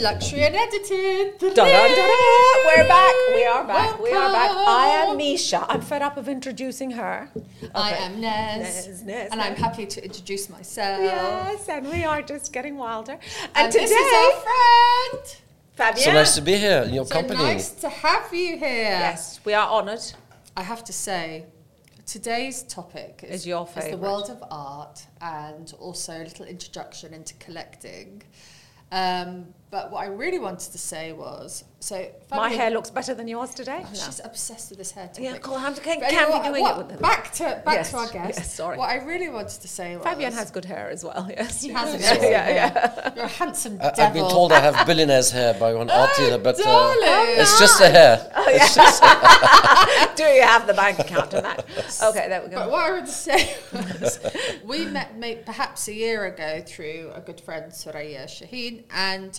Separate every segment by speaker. Speaker 1: luxury and edited.
Speaker 2: Da-da-da-da. We're back. We are back. We are back. I am Misha. I'm fed up of introducing her.
Speaker 1: I
Speaker 2: Okay.
Speaker 1: am Nez,
Speaker 2: Nez, Nez,
Speaker 1: and I'm
Speaker 2: Nez.
Speaker 1: happy to introduce myself.
Speaker 2: Yes, and we are just getting wilder.
Speaker 1: And,
Speaker 2: And, today,
Speaker 1: this is our friend.
Speaker 2: Fabienne.
Speaker 3: So nice to be here in your
Speaker 1: So
Speaker 3: company.
Speaker 1: nice to have you here.
Speaker 2: Yes, we are honoured.
Speaker 1: I have to say, today's topic
Speaker 2: Is your
Speaker 1: the
Speaker 2: favourite.
Speaker 1: world of art and also a little introduction into collecting. Um, but what I really wanted to say was so
Speaker 2: My
Speaker 1: Fabian-
Speaker 2: hair looks better than yours today.
Speaker 1: Oh, She's obsessed with this hair topic.
Speaker 2: Yeah, cool. I'm can,
Speaker 1: But
Speaker 2: can
Speaker 1: anyway,
Speaker 2: be doing
Speaker 1: what-
Speaker 2: it with them.
Speaker 1: Back to back
Speaker 2: Yes,
Speaker 1: to our guest.
Speaker 2: yes, sorry.
Speaker 1: What I really wanted to say was
Speaker 2: Fabian has good hair as well. Yes,
Speaker 1: he has a
Speaker 2: Yes,
Speaker 1: bit.
Speaker 2: yeah, yeah.
Speaker 1: You're a handsome
Speaker 3: I,
Speaker 1: devil. Ah,
Speaker 3: I've been told I have billionaire's hair by one art dealer, but uh,
Speaker 1: darling.
Speaker 3: it's just
Speaker 1: ah,
Speaker 3: a hair. It's just a-
Speaker 2: Oh, Do you have the bank account to match? Okay, there we
Speaker 1: But
Speaker 2: go.
Speaker 1: what I would say was, we met mate, perhaps a year ago through a good friend Soraya Shaheen, and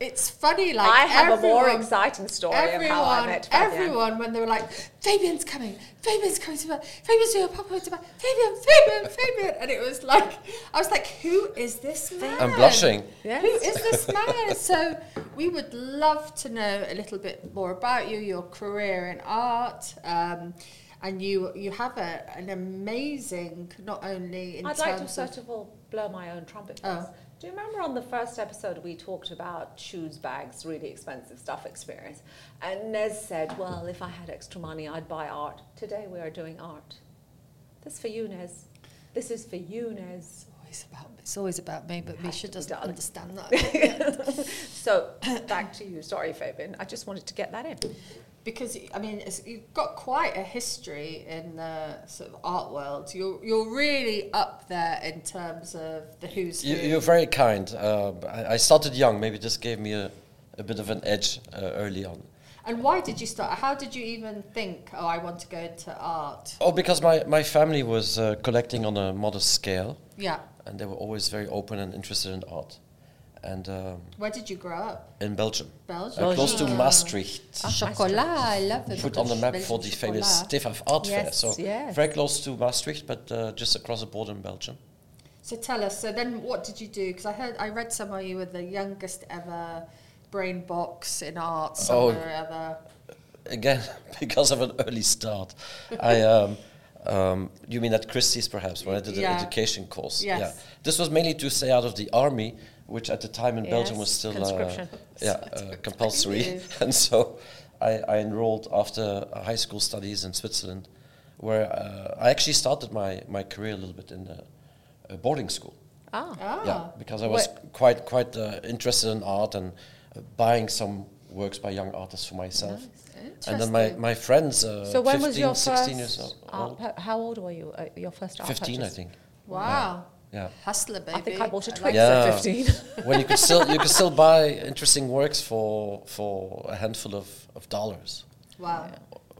Speaker 1: it's funny like
Speaker 2: I have a more
Speaker 1: everyone-
Speaker 2: exciting story
Speaker 1: Everyone,
Speaker 2: of how I met Fabian.
Speaker 1: everyone, when they were like, "Fabian's coming, Fabian's coming to my, Fabian's doing a pop up to my, Fabian, Fabian, Fabian," and it was like, I was like, "Who is this man?"
Speaker 3: I'm blushing.
Speaker 2: Yes.
Speaker 1: Who is this man? so we would love to know a little bit more about you, your career in art. Um, and you you have a, an amazing not only in
Speaker 2: I'd like
Speaker 1: terms
Speaker 2: to first of all blow my own trumpet. first.
Speaker 1: Oh.
Speaker 2: Do you remember on the first episode we talked about shoes, bags, really expensive stuff experience? And Nez said, Well, if I had extra money, I'd buy art. Today we are doing art. This for you, Nez. This is for you, Nez.
Speaker 1: of Oh, it's about it's always about me, but Misha
Speaker 2: to be
Speaker 1: doesn't
Speaker 2: done.
Speaker 1: understand that
Speaker 2: So back to you. Sorry, Fabian. I just wanted to get that in.
Speaker 1: because I mean it's, you've got quite a history in the sort of art world. You're you're really up there in terms of the who's who.
Speaker 3: You, you're very kind. Uh, I, I started young. Maybe this gave me a, a bit of an edge uh, early on.
Speaker 1: and why did you start? How did you even think? Oh, I want to go into art.
Speaker 3: Oh, because my, my family was uh, collecting on a modest scale,
Speaker 1: Yeah.
Speaker 3: and they were always very open and interested in art. And um,
Speaker 1: Where did you grow up?
Speaker 3: in Belgium,
Speaker 1: Belgium.
Speaker 3: uh, close to
Speaker 1: Ah.
Speaker 3: Maastricht.
Speaker 1: Chocolat, I love it.
Speaker 3: put on the map
Speaker 1: Belgian
Speaker 3: for the famous
Speaker 1: chocolat.
Speaker 3: Stefaf Art Fair.
Speaker 2: Yes,
Speaker 3: So
Speaker 2: yes.
Speaker 3: very close to Maastricht, but uh, just across the border in Belgium.
Speaker 1: So tell us. So then, what did you do? Because I heard, I read somewhere you were the youngest ever brain box in art
Speaker 3: Oh.
Speaker 1: somewhere or other.
Speaker 3: Again, because of an early start, I. Um, um, you mean at Christie's, perhaps, when I did
Speaker 1: Yeah.
Speaker 3: an education course?
Speaker 1: Yes.
Speaker 3: This was mainly to stay out of the army, which at the time in Belgium was
Speaker 2: Yes,
Speaker 3: still
Speaker 2: conscription.
Speaker 3: Uh, yeah, uh, compulsory.
Speaker 1: Yes.
Speaker 3: and so I, I enrolled after uh, high school studies in Switzerland, where uh, I actually started my, my career a little bit in a, a boarding school.
Speaker 2: Ah.
Speaker 1: Ah,
Speaker 3: Yeah, because I was quite quite uh, interested in art and uh, buying some works by young artists for myself. And then my,
Speaker 1: Interesting.
Speaker 3: my friends, uh,
Speaker 2: So when
Speaker 3: 15,
Speaker 2: was your first
Speaker 3: 16 years old,
Speaker 2: art? pur- how old were you? Uh, your first art
Speaker 3: 15 I
Speaker 2: purchase?
Speaker 3: think.
Speaker 1: wow,
Speaker 3: Yeah.
Speaker 1: hustler baby.
Speaker 2: I think I bought a
Speaker 1: like
Speaker 2: Twix
Speaker 3: Yeah.
Speaker 2: at 15.
Speaker 3: when you could still you could still buy interesting works for for a handful of, of dollars.
Speaker 1: that. Wow.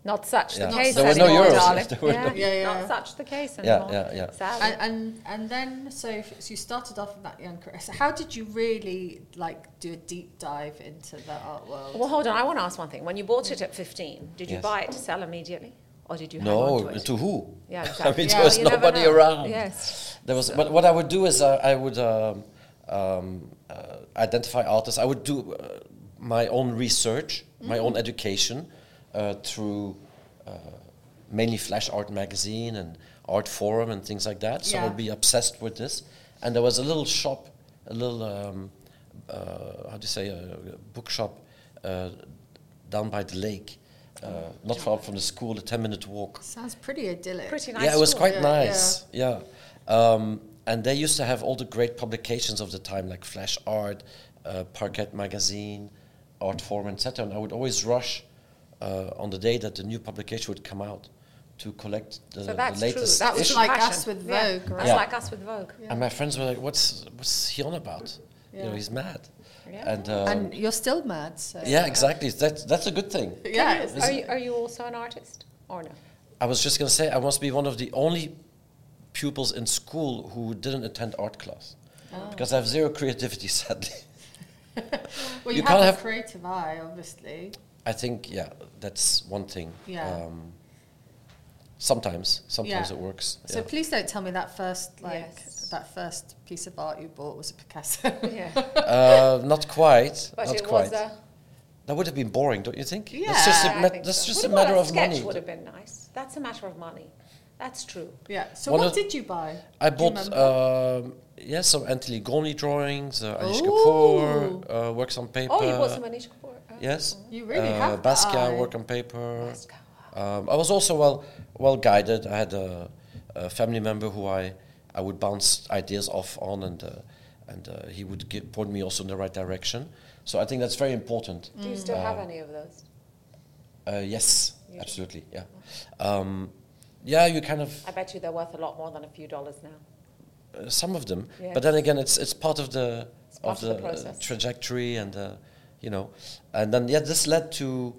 Speaker 2: Not such
Speaker 3: Yeah.
Speaker 2: the
Speaker 1: Not
Speaker 2: case
Speaker 1: such the
Speaker 2: anymore,
Speaker 1: case.
Speaker 2: darling.
Speaker 3: There were
Speaker 2: yeah.
Speaker 1: no- Yeah, yeah, yeah.
Speaker 2: Not such the case
Speaker 3: Yeah,
Speaker 2: anymore.
Speaker 3: yeah, yeah.
Speaker 2: Sadly.
Speaker 1: And, and and then so, if, so you started off in that young career. So how did you really like do a deep dive into the art world?
Speaker 2: well, hold on. I want to ask one thing. When you bought it at 15, did you
Speaker 3: Yes.
Speaker 2: buy it to sell immediately? Or did you hang on
Speaker 3: No,
Speaker 2: to it?
Speaker 3: to who?
Speaker 2: Yeah,
Speaker 3: I
Speaker 2: exactly.
Speaker 3: mean,
Speaker 1: Yeah,
Speaker 3: there was
Speaker 2: you never
Speaker 3: nobody
Speaker 2: know.
Speaker 3: around.
Speaker 2: Yes.
Speaker 3: There was. But what I would do is uh, I would um, um, uh, identify artists. I would do uh, my own research, my own education uh, through uh, mainly Flash Art magazine and Art Forum and things like that. So
Speaker 1: Yeah.
Speaker 3: I'd be obsessed with this. And there was a little shop, a little um, uh, how do you say a bookshop uh, down by the lake. Uh, not far from the school, a 10 minute walk
Speaker 1: Sounds pretty idyllic.
Speaker 2: Pretty nice.
Speaker 3: yeah, it was
Speaker 2: store.
Speaker 3: quite
Speaker 1: Yeah,
Speaker 3: nice. Yeah. Um, and they used to have all the great publications of the time, like Flash Art, uh, Parquet Magazine, Art Forum, etc. And I would always rush uh, on the day that the new publication would come out to collect the,
Speaker 2: So that's
Speaker 3: the
Speaker 2: true.
Speaker 3: latest
Speaker 2: That was
Speaker 1: It's
Speaker 3: issue.
Speaker 1: like
Speaker 2: passion.
Speaker 1: us with
Speaker 2: Yeah.
Speaker 1: Vogue, right?
Speaker 2: That's
Speaker 3: Yeah.
Speaker 2: like us with Vogue.
Speaker 3: And my friends were like, "What's what's he on about? You
Speaker 1: Yeah.
Speaker 3: know, he's mad."
Speaker 2: Yeah.
Speaker 3: And, um,
Speaker 1: And you're still mad, so
Speaker 3: yeah, exactly. That's that's a good thing.
Speaker 1: yeah.
Speaker 2: Can you-
Speaker 1: it's-
Speaker 2: are, you, are you also an artist? Or no?
Speaker 3: I was just going to say, I must be one of the only pupils in school who didn't attend art class because I have zero creativity, sadly.
Speaker 1: Well, you,
Speaker 3: You
Speaker 1: have
Speaker 3: can't
Speaker 1: a
Speaker 3: have-
Speaker 1: creative eye, obviously.
Speaker 3: I think, yeah, that's one thing.
Speaker 1: Yeah.
Speaker 3: Um, sometimes, sometimes
Speaker 1: Yeah.
Speaker 3: it works.
Speaker 1: So
Speaker 3: yeah.
Speaker 1: please don't tell me that first, like
Speaker 2: Yes.
Speaker 1: that first piece of art you bought was a Picasso.
Speaker 2: Yeah.
Speaker 3: Uh, not quite.
Speaker 2: But
Speaker 3: not
Speaker 2: it
Speaker 3: quite.
Speaker 2: was a.
Speaker 3: That would have been boring, don't you think? That's just a,
Speaker 1: Yeah,
Speaker 2: I
Speaker 3: ma-
Speaker 2: think
Speaker 3: that's
Speaker 2: so.
Speaker 3: just
Speaker 2: What
Speaker 3: a
Speaker 2: about
Speaker 3: matter of
Speaker 2: sketch
Speaker 3: money.
Speaker 2: would have been nice. That's a matter of money. That's true.
Speaker 1: yeah. So
Speaker 3: One
Speaker 1: what
Speaker 3: of-
Speaker 1: did you buy?
Speaker 3: I
Speaker 1: Do you
Speaker 3: bought
Speaker 1: remember?
Speaker 3: um yeah some Antiligoni drawings, uh, Anish
Speaker 1: Ooh.
Speaker 3: Kapoor uh, works on paper.
Speaker 2: Oh, you bought some Anish Kapoor. uh,
Speaker 3: Yes.
Speaker 1: You really
Speaker 3: uh,
Speaker 1: have that
Speaker 3: Basquiat
Speaker 1: eye.
Speaker 3: work on paper.
Speaker 2: Basquiat.
Speaker 3: Um, I was also well well guided. I had a, a family member who I I would bounce ideas off on, and uh, and uh, he would give, point me also in the right direction. So I think that's very important.
Speaker 2: Do you still have any of those?
Speaker 3: Uh, yes,
Speaker 2: You do.
Speaker 3: absolutely. Yeah, um, yeah. You kind of
Speaker 2: I bet you they're worth a lot more than a few dollars now.
Speaker 3: uh, some of them,
Speaker 2: Yeah.
Speaker 3: but then again, it's it's part of the
Speaker 2: It's part of
Speaker 3: of the,
Speaker 2: the process.
Speaker 3: uh, trajectory, and uh, you know, and then yeah, this led to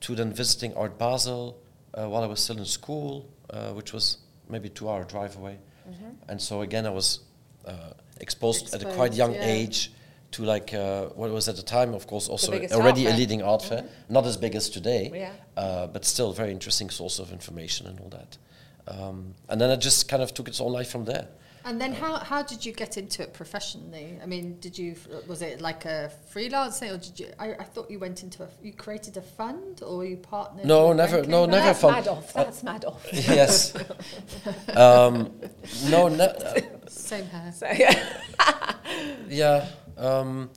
Speaker 3: to then visiting Art Basel uh, while I was still in school, uh, which was maybe two hour drive away,
Speaker 2: Mm-hmm.
Speaker 3: and so again I was uh, exposed, at a quite
Speaker 1: Exposed,
Speaker 3: young
Speaker 1: yeah.
Speaker 3: age to like uh, what was at the time, of course, also
Speaker 2: biggest
Speaker 3: already
Speaker 2: art
Speaker 3: a
Speaker 2: fair.
Speaker 3: leading art fair, not as big as today,
Speaker 2: Yeah.
Speaker 3: uh, but still very interesting source of information and all that. Um, and then it just kind of took its own life from there.
Speaker 1: And then how, how did you get into it professionally? I mean, did you was it like a freelance thing, or did you? I, I thought you went into a you created a fund, or you partnered.
Speaker 3: No,
Speaker 1: with
Speaker 3: never-
Speaker 1: Rankin?
Speaker 3: no,
Speaker 2: But
Speaker 3: never
Speaker 2: that's
Speaker 3: fun-
Speaker 2: mad off. That's mad off.
Speaker 3: yes. Um, no, no, uh,
Speaker 1: Same hair.
Speaker 2: So, yeah.
Speaker 3: yeah. Um,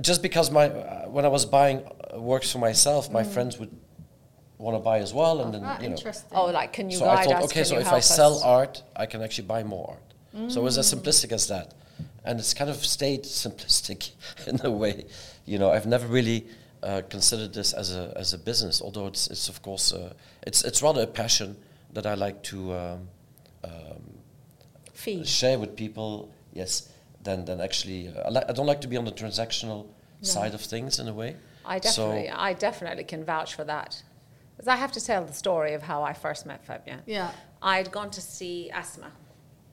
Speaker 3: just because my uh, when I was buying uh, works for myself,
Speaker 2: Mm.
Speaker 3: my friends would want to buy as well, and
Speaker 1: Oh,
Speaker 3: then
Speaker 1: ah,
Speaker 3: you know.
Speaker 1: interesting.
Speaker 2: Oh, like, can you
Speaker 3: so I
Speaker 2: guide
Speaker 3: thought,
Speaker 2: us?
Speaker 3: okay,
Speaker 2: Can
Speaker 3: so
Speaker 2: you
Speaker 3: if
Speaker 2: help
Speaker 3: I sell
Speaker 2: us? Mm.
Speaker 3: art, I can actually buy more art. So it was as simplistic as that, and it's kind of stayed simplistic in a way. You know, I've never really uh, considered this as a as a business, although it's it's of course uh, it's it's rather a passion that I like to. Um, um,
Speaker 2: Feed.
Speaker 3: share with people, yes, then then actually, uh, I, li- I don't like to be on the transactional side of things in a way.
Speaker 2: I definitely, I definitely can vouch for that. 'Cause I have to tell the story of how I first met Fabian.
Speaker 1: Yeah,
Speaker 2: I had gone to see Asma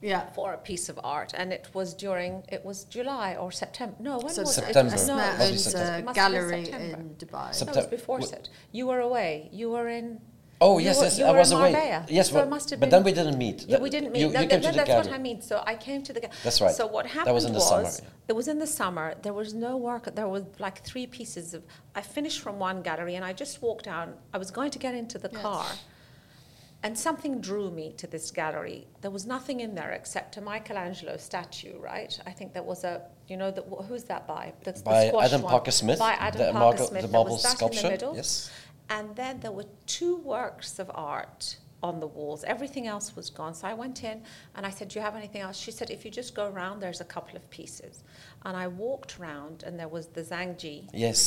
Speaker 1: yeah.
Speaker 2: for a piece of art, and it was during it was July or September. No, when
Speaker 1: So it's
Speaker 2: was it?
Speaker 3: September.
Speaker 1: Asma
Speaker 2: No, it
Speaker 3: Probably
Speaker 1: owns a
Speaker 3: September.
Speaker 2: Must have been
Speaker 1: gallery
Speaker 2: September.
Speaker 1: in Dubai.
Speaker 3: Sep-
Speaker 2: That was
Speaker 3: Septem-
Speaker 2: before
Speaker 3: w-
Speaker 2: it. You were away. You were in.
Speaker 3: Oh
Speaker 2: you
Speaker 3: yes,
Speaker 2: were-
Speaker 3: yes,
Speaker 2: you
Speaker 3: I
Speaker 2: were
Speaker 3: was
Speaker 2: in
Speaker 3: away.
Speaker 2: Marbella.
Speaker 3: Yes,
Speaker 2: So it
Speaker 3: well,
Speaker 2: must have
Speaker 3: but
Speaker 2: been-
Speaker 3: then we didn't meet.
Speaker 2: Yeah,
Speaker 3: Th-
Speaker 2: we didn't meet.
Speaker 3: You,
Speaker 2: That-
Speaker 3: you came
Speaker 2: that-
Speaker 3: to the
Speaker 2: that's
Speaker 3: gallery.
Speaker 2: what I mean. So I came to the. ga-
Speaker 3: That's right.
Speaker 2: So what
Speaker 3: That was
Speaker 2: happened
Speaker 3: in the summer, yeah.
Speaker 2: It was in the summer. There was no work. There was like three pieces of. I finished from one gallery, and I just walked down. I was going to get into the
Speaker 1: Yes.
Speaker 2: car, and something drew me to this gallery. There was nothing in there except a Michelangelo statue, right? I think there was a. You know that who's that by? The, the
Speaker 3: By
Speaker 2: squash
Speaker 3: Adam
Speaker 2: one.
Speaker 3: Parker Smith,
Speaker 2: By Adam
Speaker 3: the
Speaker 2: Parker
Speaker 3: marble-
Speaker 2: Smith.
Speaker 3: the
Speaker 2: There
Speaker 3: marble
Speaker 2: was that in
Speaker 3: sculpture,
Speaker 2: the middle.
Speaker 3: yes.
Speaker 2: And then there were two works of art on the walls. Everything else was gone. So I went in and I said, Do you have anything else? She said, If you just go around, there's a couple of pieces. And I walked round and there was the Zangji
Speaker 3: Yes,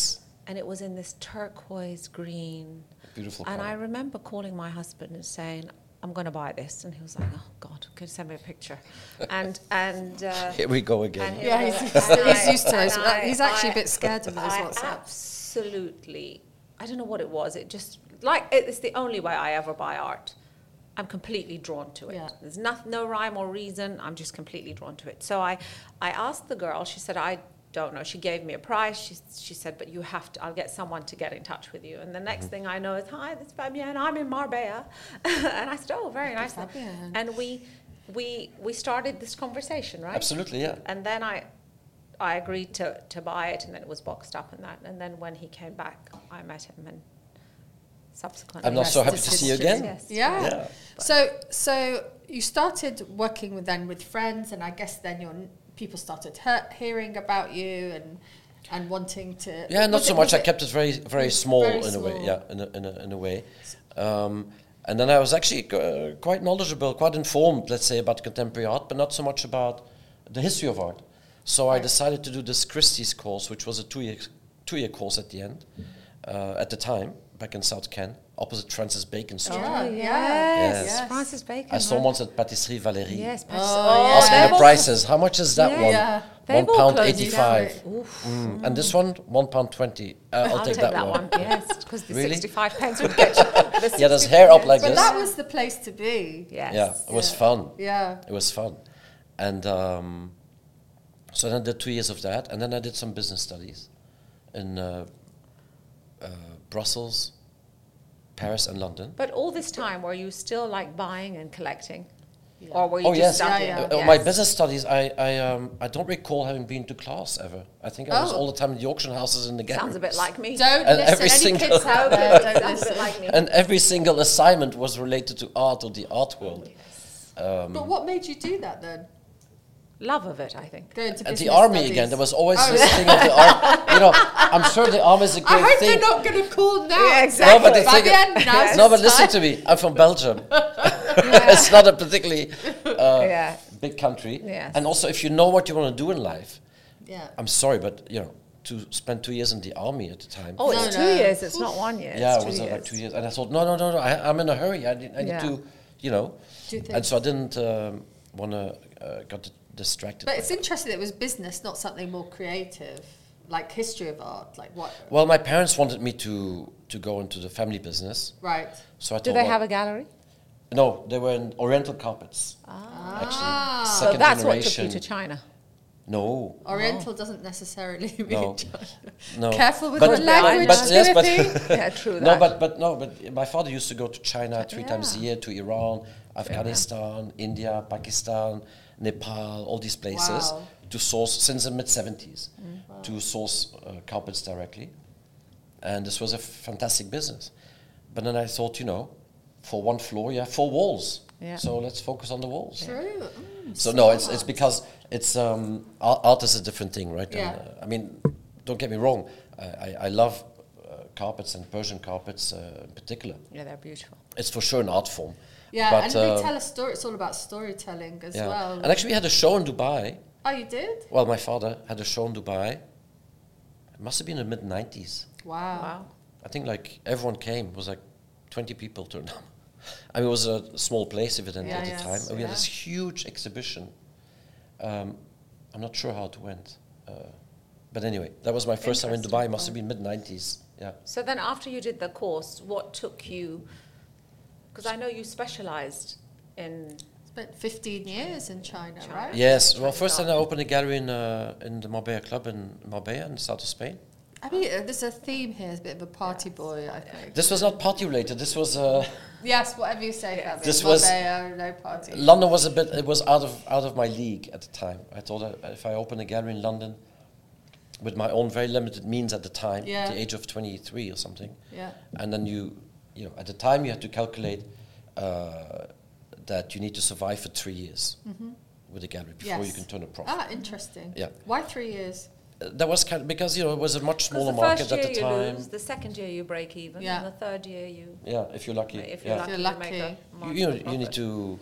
Speaker 2: and it was in this turquoise green.
Speaker 3: beautiful.
Speaker 2: And I
Speaker 3: colour.
Speaker 2: remember calling my husband and saying, I'm going to buy this. And he was like, Oh, God, could you send me a picture? And, and, uh,
Speaker 3: Here we go again.
Speaker 2: and
Speaker 1: Yeah,
Speaker 2: here we
Speaker 1: he's,
Speaker 2: go.
Speaker 1: he's,
Speaker 2: And I-
Speaker 1: used to
Speaker 2: and
Speaker 1: those.
Speaker 2: I-
Speaker 1: He's actually a
Speaker 2: I-
Speaker 1: bit scared of those
Speaker 2: I
Speaker 1: WhatsApps.
Speaker 2: absolutely. I don't know what it was. It just like it's the only way I ever buy art. I'm completely drawn to it.
Speaker 1: Yeah.
Speaker 2: There's no, no rhyme or reason. I'm just completely drawn to it. So I, I asked the girl. She said I don't know. She gave me a price. She, she said, but you have to. I'll get someone to get in touch with you. And the next thing I know is, hi, this is Fabienne. I'm in Marbella, and I said, oh, very nice.
Speaker 1: Fabienne.
Speaker 2: And we, we, we started this conversation, right?
Speaker 3: Absolutely, yeah.
Speaker 2: And then I, I agreed to, to buy it, and then it was boxed up and that. And then when he came back, I met him, and subsequently,
Speaker 3: I'm not so
Speaker 1: Rest
Speaker 3: happy
Speaker 1: is
Speaker 3: to see you
Speaker 1: history.
Speaker 3: again.
Speaker 2: Yes.
Speaker 1: Yeah.
Speaker 3: Yeah.
Speaker 1: So so you started working with then with friends, and I guess then your n- people started he- hearing about you and and wanting to.
Speaker 3: Yeah, not
Speaker 1: Was
Speaker 3: so
Speaker 1: it-
Speaker 3: much.
Speaker 1: was
Speaker 3: I
Speaker 1: it-
Speaker 3: kept it very, very small
Speaker 1: very
Speaker 3: in a way.
Speaker 1: small.
Speaker 3: Yeah, in a, in a, in a way. Um, and then I was actually uh, quite knowledgeable, quite informed, let's say, about contemporary art, but not so much about the history of art. So I decided to do this Christie's course, which was a two-year two-year course at the end, uh, at the time back in South Ken, opposite Francis Bacon Street.
Speaker 1: Yeah,
Speaker 2: Oh,
Speaker 1: yeah,
Speaker 2: yes.
Speaker 1: yes.
Speaker 2: Francis Bacon.
Speaker 3: I saw
Speaker 2: right?
Speaker 3: once at Patisserie Valérie,
Speaker 2: Yes, Patrice-
Speaker 1: Oh, yeah.
Speaker 3: asking
Speaker 2: they've
Speaker 3: the
Speaker 2: all-
Speaker 3: prices. How much is that
Speaker 2: Yeah.
Speaker 3: one?
Speaker 1: Yeah.
Speaker 2: They've
Speaker 3: One
Speaker 2: all
Speaker 3: pound
Speaker 2: closed down.
Speaker 3: eighty-five. Mm. And this one, one pound twenty. Uh, I'll,
Speaker 2: I'll
Speaker 3: take, that, one.
Speaker 2: yes, because the
Speaker 3: Really?
Speaker 2: 65 pence would get you. the
Speaker 3: Yeah, there's
Speaker 2: 65
Speaker 3: hair up like
Speaker 1: But
Speaker 3: this.
Speaker 1: that was the place to be.
Speaker 2: Yes.
Speaker 3: Yeah, it was
Speaker 1: Yeah.
Speaker 3: fun.
Speaker 1: Yeah.
Speaker 3: It was fun. And um, so then I did two years of that, and then I did some business studies in uh, uh, Brussels, Paris, and London.
Speaker 2: But all this time, were you still like buying and collecting? Or were you
Speaker 3: Oh
Speaker 2: just
Speaker 3: yes,
Speaker 2: studying?
Speaker 1: Yeah, yeah.
Speaker 3: Uh, uh, my
Speaker 2: Yes.
Speaker 3: business studies. I I, um, I don't recall having been to class ever. I think I was
Speaker 1: Oh.
Speaker 3: all the time in the auction houses and the galleries.
Speaker 2: Sounds a bit like me.
Speaker 1: Don't
Speaker 3: And every
Speaker 1: listen. Any
Speaker 3: single-
Speaker 1: kids out there, don't
Speaker 2: Sounds a
Speaker 1: listen.
Speaker 2: bit like me.
Speaker 3: And every single assignment was related to art or the art world.
Speaker 1: But what made you do that then?
Speaker 2: Love of it, I think.
Speaker 1: Going to
Speaker 3: And the
Speaker 1: business
Speaker 3: army
Speaker 1: studies?
Speaker 3: again. There was always
Speaker 1: Oh,
Speaker 3: this
Speaker 1: yeah.
Speaker 3: thing of the army. You know, I'm sure the army is
Speaker 1: I
Speaker 3: a great
Speaker 1: hope
Speaker 3: thing.
Speaker 1: they're not going to call now.
Speaker 2: Yeah, exactly.
Speaker 3: No, but they
Speaker 1: By
Speaker 3: think
Speaker 1: the end, now's
Speaker 3: no,
Speaker 1: the
Speaker 3: but listen
Speaker 1: time.
Speaker 3: to me. I'm from Belgium. it's not a particularly uh,
Speaker 2: Yeah.
Speaker 3: big country.
Speaker 2: Yes.
Speaker 3: And also, if you know what you want to do in life,
Speaker 1: Yeah.
Speaker 3: I'm sorry, but you know, to spend two years in the army at the time.
Speaker 2: Oh,
Speaker 1: No,
Speaker 2: it's two
Speaker 1: no.
Speaker 2: years. It's not one year. it's
Speaker 3: yeah, it
Speaker 2: two
Speaker 3: was uh,
Speaker 2: years.
Speaker 3: like two years, and I thought, no, no, no, no, I, I'm in a hurry. I need, I need
Speaker 2: Yeah.
Speaker 3: to, you know,
Speaker 1: Do things.
Speaker 3: and so I didn't um, want to uh, got distracted.
Speaker 1: But
Speaker 3: by
Speaker 1: it's interesting that it was business, not something more creative, like history of art, like what?
Speaker 3: Well, my parents wanted me to to go into the family business,
Speaker 1: Right.
Speaker 3: so I
Speaker 2: Do
Speaker 3: thought,
Speaker 2: they
Speaker 3: Oh, well-
Speaker 2: have a gallery?
Speaker 3: no, they were in Oriental carpets. Actually,
Speaker 1: Ah.
Speaker 2: So
Speaker 3: second
Speaker 2: that's what took
Speaker 3: generation.
Speaker 2: you to China.
Speaker 3: no,
Speaker 1: Oriental doesn't necessarily mean
Speaker 3: No.
Speaker 1: China.
Speaker 3: no.
Speaker 1: Careful with
Speaker 3: But-
Speaker 1: your
Speaker 3: but-
Speaker 1: language,
Speaker 3: but yes, but-
Speaker 1: Timothy.
Speaker 2: yeah, true.
Speaker 3: No,
Speaker 2: that.
Speaker 3: but but no, but my father used to go to China three times a
Speaker 2: Yeah.
Speaker 3: year to Iran, Afghanistan, India, Pakistan, Nepal, all these places
Speaker 1: Wow.
Speaker 3: to source since the mid seventies
Speaker 2: Mm.
Speaker 3: to source uh, carpets directly, and this was a fantastic business. But then I thought, you know, for one floor, you have four walls,
Speaker 2: Yeah.
Speaker 3: so let's focus on the walls.
Speaker 1: True. Mm,
Speaker 3: So no, it's it's
Speaker 1: smart.
Speaker 3: because it's um, art, art is a different thing, right? And,
Speaker 1: Yeah.
Speaker 3: uh, I mean, don't get me wrong. I, I, I love uh, carpets and Persian carpets uh, in particular.
Speaker 2: yeah, they're beautiful.
Speaker 3: It's for sure an art form.
Speaker 1: Yeah,
Speaker 3: But,
Speaker 1: and
Speaker 3: uh,
Speaker 1: they tell a story. It's all about storytelling as
Speaker 3: yeah.
Speaker 1: well.
Speaker 3: And actually, we had a show in Dubai.
Speaker 1: oh, you did?
Speaker 3: Well, my father had a show in Dubai. It must have been in the mid '90s.
Speaker 1: Wow.
Speaker 2: Wow.
Speaker 3: I think like everyone came. It was like 20 people turned up. I mean, it was a small place evidently
Speaker 1: Yeah,
Speaker 3: at the
Speaker 1: yes,
Speaker 3: time. And we had
Speaker 1: yeah.
Speaker 3: this huge exhibition. Um, I'm not sure how it went. Uh, but anyway, that was my first time in Dubai. It must have been mid 90s. Yeah.
Speaker 2: So then, after you did the course, what took you? Because I know you specialized in.
Speaker 1: Spent 15 years in China,
Speaker 2: China.
Speaker 1: right?
Speaker 3: Yes. Well, first then I opened a gallery in, uh, in the Marbella Club in Marbella in the south of Spain.
Speaker 1: I mean, uh, there's a theme here. It's a bit of a party boy, I think.
Speaker 3: This was not party related. This was. Uh,
Speaker 1: Yes, whatever you say. Fabi.
Speaker 3: This was-
Speaker 1: Marbella, uh, no party.
Speaker 3: London was a bit. It was out of out of my league at the time. I thought that if I open a gallery in London, with my own very limited means at the time,
Speaker 1: Yeah.
Speaker 3: the age of twenty three or something,
Speaker 1: yeah.
Speaker 3: and then you, you know, at the time you had to calculate uh, that you need to survive for three years
Speaker 2: Mm-hmm.
Speaker 3: with a gallery before you
Speaker 1: Yes.
Speaker 3: can turn a profit.
Speaker 1: Ah, interesting.
Speaker 3: Yeah.
Speaker 1: Why three years?
Speaker 3: Uh, That was kind of because you know it was a much
Speaker 2: Because
Speaker 3: smaller
Speaker 2: the first
Speaker 3: market
Speaker 2: year
Speaker 3: at the
Speaker 2: you
Speaker 3: time.
Speaker 2: lose, the second year you break even,
Speaker 1: Yeah.
Speaker 2: and the third year you,
Speaker 3: Yeah, if you're lucky.
Speaker 2: if you're
Speaker 3: yeah.
Speaker 2: lucky,
Speaker 1: You're
Speaker 2: you make
Speaker 1: lucky.
Speaker 2: a
Speaker 3: you, you, know,
Speaker 2: marginal
Speaker 3: you need
Speaker 2: profit.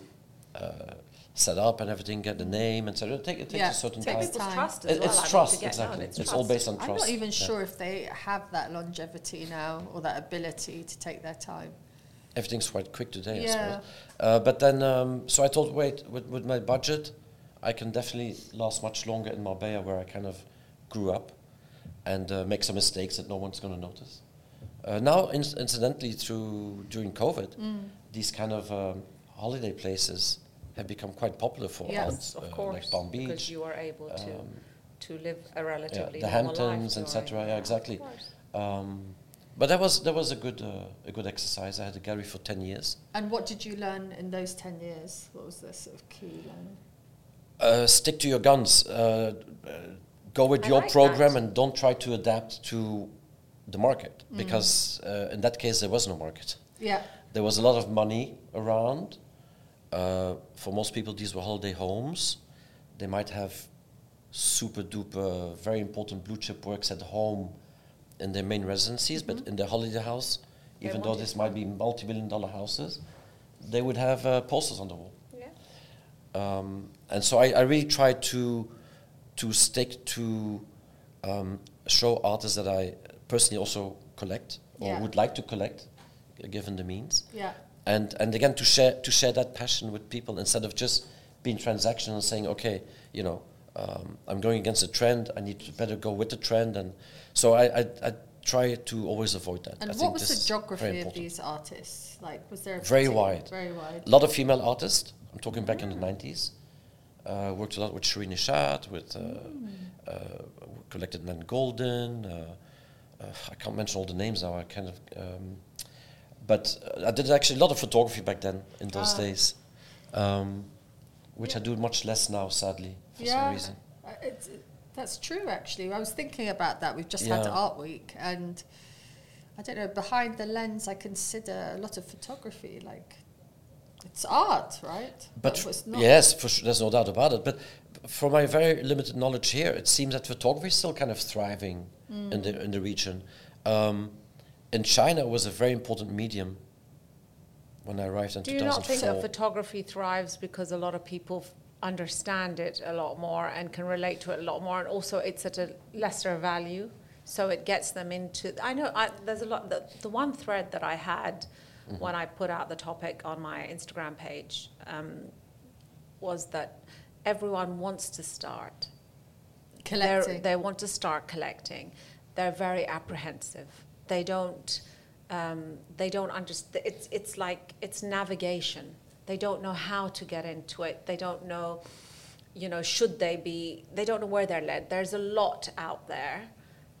Speaker 3: to. Uh, Set up and everything, get the name, and so it take- it takes
Speaker 1: Yeah,
Speaker 3: a certain
Speaker 1: it
Speaker 2: Take
Speaker 1: takes
Speaker 3: time.
Speaker 2: people's
Speaker 1: time.
Speaker 2: trust as
Speaker 3: It-
Speaker 2: well.
Speaker 3: it's
Speaker 2: I mean, to
Speaker 3: trust,
Speaker 2: get known,
Speaker 3: exactly.
Speaker 2: It's,
Speaker 3: It's all
Speaker 2: trust.
Speaker 3: based on
Speaker 1: I'm
Speaker 3: trust,
Speaker 1: not even
Speaker 3: yeah.
Speaker 1: sure if they have that longevity now or that ability to take their time.
Speaker 3: everything's quite quick today, I
Speaker 1: Yeah.
Speaker 3: suppose. Uh, but then, um, so I thought, wait, with, with my budget, I can definitely last much longer in Marbella, where I kind of grew up, and uh, make some mistakes that no one's going to notice. Uh, now, inc- incidentally, through during COVID,
Speaker 2: Mm.
Speaker 3: these kind of um, holiday places have become quite popular for
Speaker 1: Yes,
Speaker 3: us,
Speaker 2: of
Speaker 3: uh,
Speaker 2: course,
Speaker 3: like Palm
Speaker 2: because
Speaker 3: Beach,
Speaker 2: you are able to
Speaker 3: um,
Speaker 2: to live a
Speaker 3: yeah,
Speaker 2: relatively
Speaker 3: the
Speaker 2: normal
Speaker 3: Hamptons,
Speaker 2: life.
Speaker 3: etc.
Speaker 2: during-
Speaker 3: Yeah, exactly.
Speaker 2: Of course.
Speaker 3: Um, but that was that was a good uh, a good exercise. I had a gallery for ten years.
Speaker 1: And what did you learn in those 10 years? What was the sort of key learning?
Speaker 3: uh, stick to your guns. Uh, uh, go with
Speaker 2: I
Speaker 3: your
Speaker 2: like
Speaker 3: program
Speaker 2: that. Mm.
Speaker 3: and don't try to adapt to the market because uh, in that case there was no market.
Speaker 1: Yeah.
Speaker 3: There was a lot of money around. Uh, for most people, these were holiday homes. They might have super duper, very important blue chip works at home in their main residencies, but in their holiday house,
Speaker 2: Mm-hmm. They
Speaker 3: even though
Speaker 2: wanted
Speaker 3: this might be multi billion dollar houses, they would have uh, posters on the wall
Speaker 2: Yeah.
Speaker 3: um, and so I, I really try to to stick to um, show artists that I personally also collect or
Speaker 1: Yeah.
Speaker 3: would like to collect, uh, given the means,
Speaker 1: Yeah.
Speaker 3: and and again to share to share that passion with people instead of just being transactional and saying okay you know um, I'm going against the trend I need to better go with the trend and so I I, I try to always avoid that.
Speaker 1: And
Speaker 3: I
Speaker 1: what
Speaker 3: this
Speaker 1: was
Speaker 3: is
Speaker 1: the
Speaker 3: very
Speaker 1: geography of
Speaker 3: important.
Speaker 1: these artists? Like, was there a
Speaker 3: Very
Speaker 1: particular-
Speaker 3: wide.
Speaker 1: Very wide.
Speaker 3: A lot of female artists. I'm talking back in the 90s. Uh, worked a lot with Shireen Ishad, with uh, uh, collected Nan Golden. Uh, uh, I can't mention all the names now. I kind of, um, but uh, I did actually a lot of photography back then in those
Speaker 1: Ah.
Speaker 3: days. Um, which I do much less now, sadly, for some reason.
Speaker 1: uh, It's, that's true, actually. I was thinking about that. We've just had
Speaker 3: Yeah.
Speaker 1: Art Week, and I don't know, behind the lens, I consider a lot of photography like it's art, right?
Speaker 3: But
Speaker 2: Oh,
Speaker 1: That was
Speaker 3: f-
Speaker 1: not-
Speaker 3: yes, for sure, there's no doubt about it. But from my very limited knowledge here, it seems that photography is still kind of thriving in the in the region. Um, in China, it was a very important medium when I arrived in
Speaker 2: Do you not
Speaker 3: 2004.
Speaker 2: think that photography thrives because a lot of people f- understand it a lot more and can relate to it a lot more, and also it's at a lesser value, so it gets them into. I know I, there's a lot. The, the one thread that I had
Speaker 3: Mm-hmm.
Speaker 2: when I put out the topic on my Instagram page um, was that everyone wants to start. They're-
Speaker 1: collecting.
Speaker 2: They want to start collecting. They're very apprehensive. They don't. Um, they don't understand. It's it's like it's navigation. They don't know how to get into it. They don't know. You know, should they be? They don't know where they're led. There's a lot out there,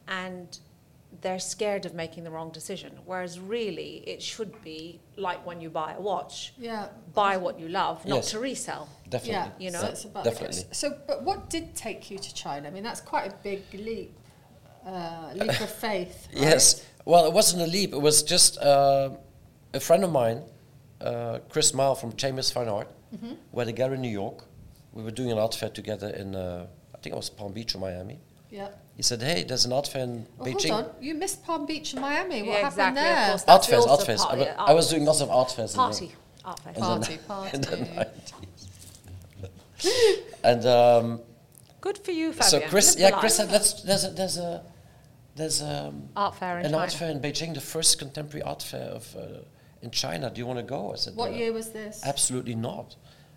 Speaker 2: and they're scared of making the wrong decision. Whereas really, it should be like when you buy a watch.
Speaker 1: yeah.
Speaker 2: Buy what you love, not
Speaker 3: Yes.
Speaker 2: to resell.
Speaker 3: Definitely.
Speaker 1: Yeah,
Speaker 2: you know,
Speaker 1: so it's about
Speaker 3: definitely.
Speaker 1: So, but what did take you to China? I mean, that's quite a big leap, uh, leap of faith. right?
Speaker 3: Yes. Well, it wasn't a leap. It was just uh, a friend of mine, uh, Chris Mile from Chambers Fine Art,
Speaker 2: Mm-hmm.
Speaker 3: we had a gallery in New York. We were doing an art fair together in, uh, I think it was Palm Beach or Miami.
Speaker 1: Yeah.
Speaker 3: He said, "Hey, there's an art fair in
Speaker 1: Well,
Speaker 3: Beijing."
Speaker 1: hold on. You missed Palm Beach in Miami. What
Speaker 2: Yeah,
Speaker 1: happened
Speaker 2: exactly, of
Speaker 1: there?
Speaker 2: course.
Speaker 3: Art
Speaker 2: That's
Speaker 3: fairs,
Speaker 2: also
Speaker 3: art fairs. I,
Speaker 2: part-
Speaker 3: wa-
Speaker 2: yeah,
Speaker 3: I was
Speaker 2: art
Speaker 3: doing lots of art fairs. in the-
Speaker 2: Party. Art fest.
Speaker 3: in the,
Speaker 1: Party,
Speaker 3: in the
Speaker 1: party.
Speaker 3: 90s. and um,
Speaker 2: Good for you,
Speaker 3: so
Speaker 2: Fabian.
Speaker 3: Chris,
Speaker 2: Live
Speaker 3: yeah,
Speaker 2: the
Speaker 3: Chris
Speaker 2: life.
Speaker 3: said, "Let's there's a there's a there's um,
Speaker 2: art fair in
Speaker 3: an
Speaker 2: China.
Speaker 3: art fair in Beijing, the first contemporary art fair of uh, in China. Do you want to go?" I said,
Speaker 1: What
Speaker 3: "Uh,
Speaker 1: year was this?
Speaker 3: Absolutely not.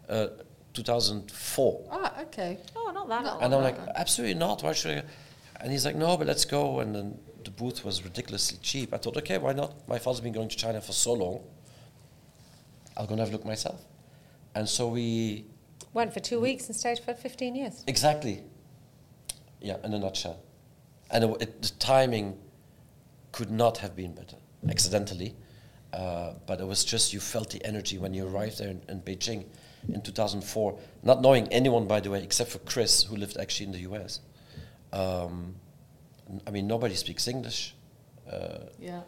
Speaker 3: Uh, 2004.
Speaker 1: Ah, okay.
Speaker 2: Oh, not that
Speaker 1: No.
Speaker 2: old.
Speaker 3: And I'm like,
Speaker 1: no.
Speaker 3: absolutely not. Why should I? And he's like, no, but let's go. And then the booth was ridiculously cheap. I thought, okay, why not? My father's been going to China for so long. I'll go and have a look myself. And so we,
Speaker 2: Went for two weeks and stayed for 15 years.
Speaker 3: exactly. Yeah, in a nutshell. And it, it, the timing could not have been better, accidentally. Uh, but it was just, you felt the energy when you arrived there in, in Beijing in 2004, not knowing anyone, by the way, except for Chris, who lived actually in the US. Um, n- I mean, nobody speaks English. Uh,
Speaker 1: Yeah.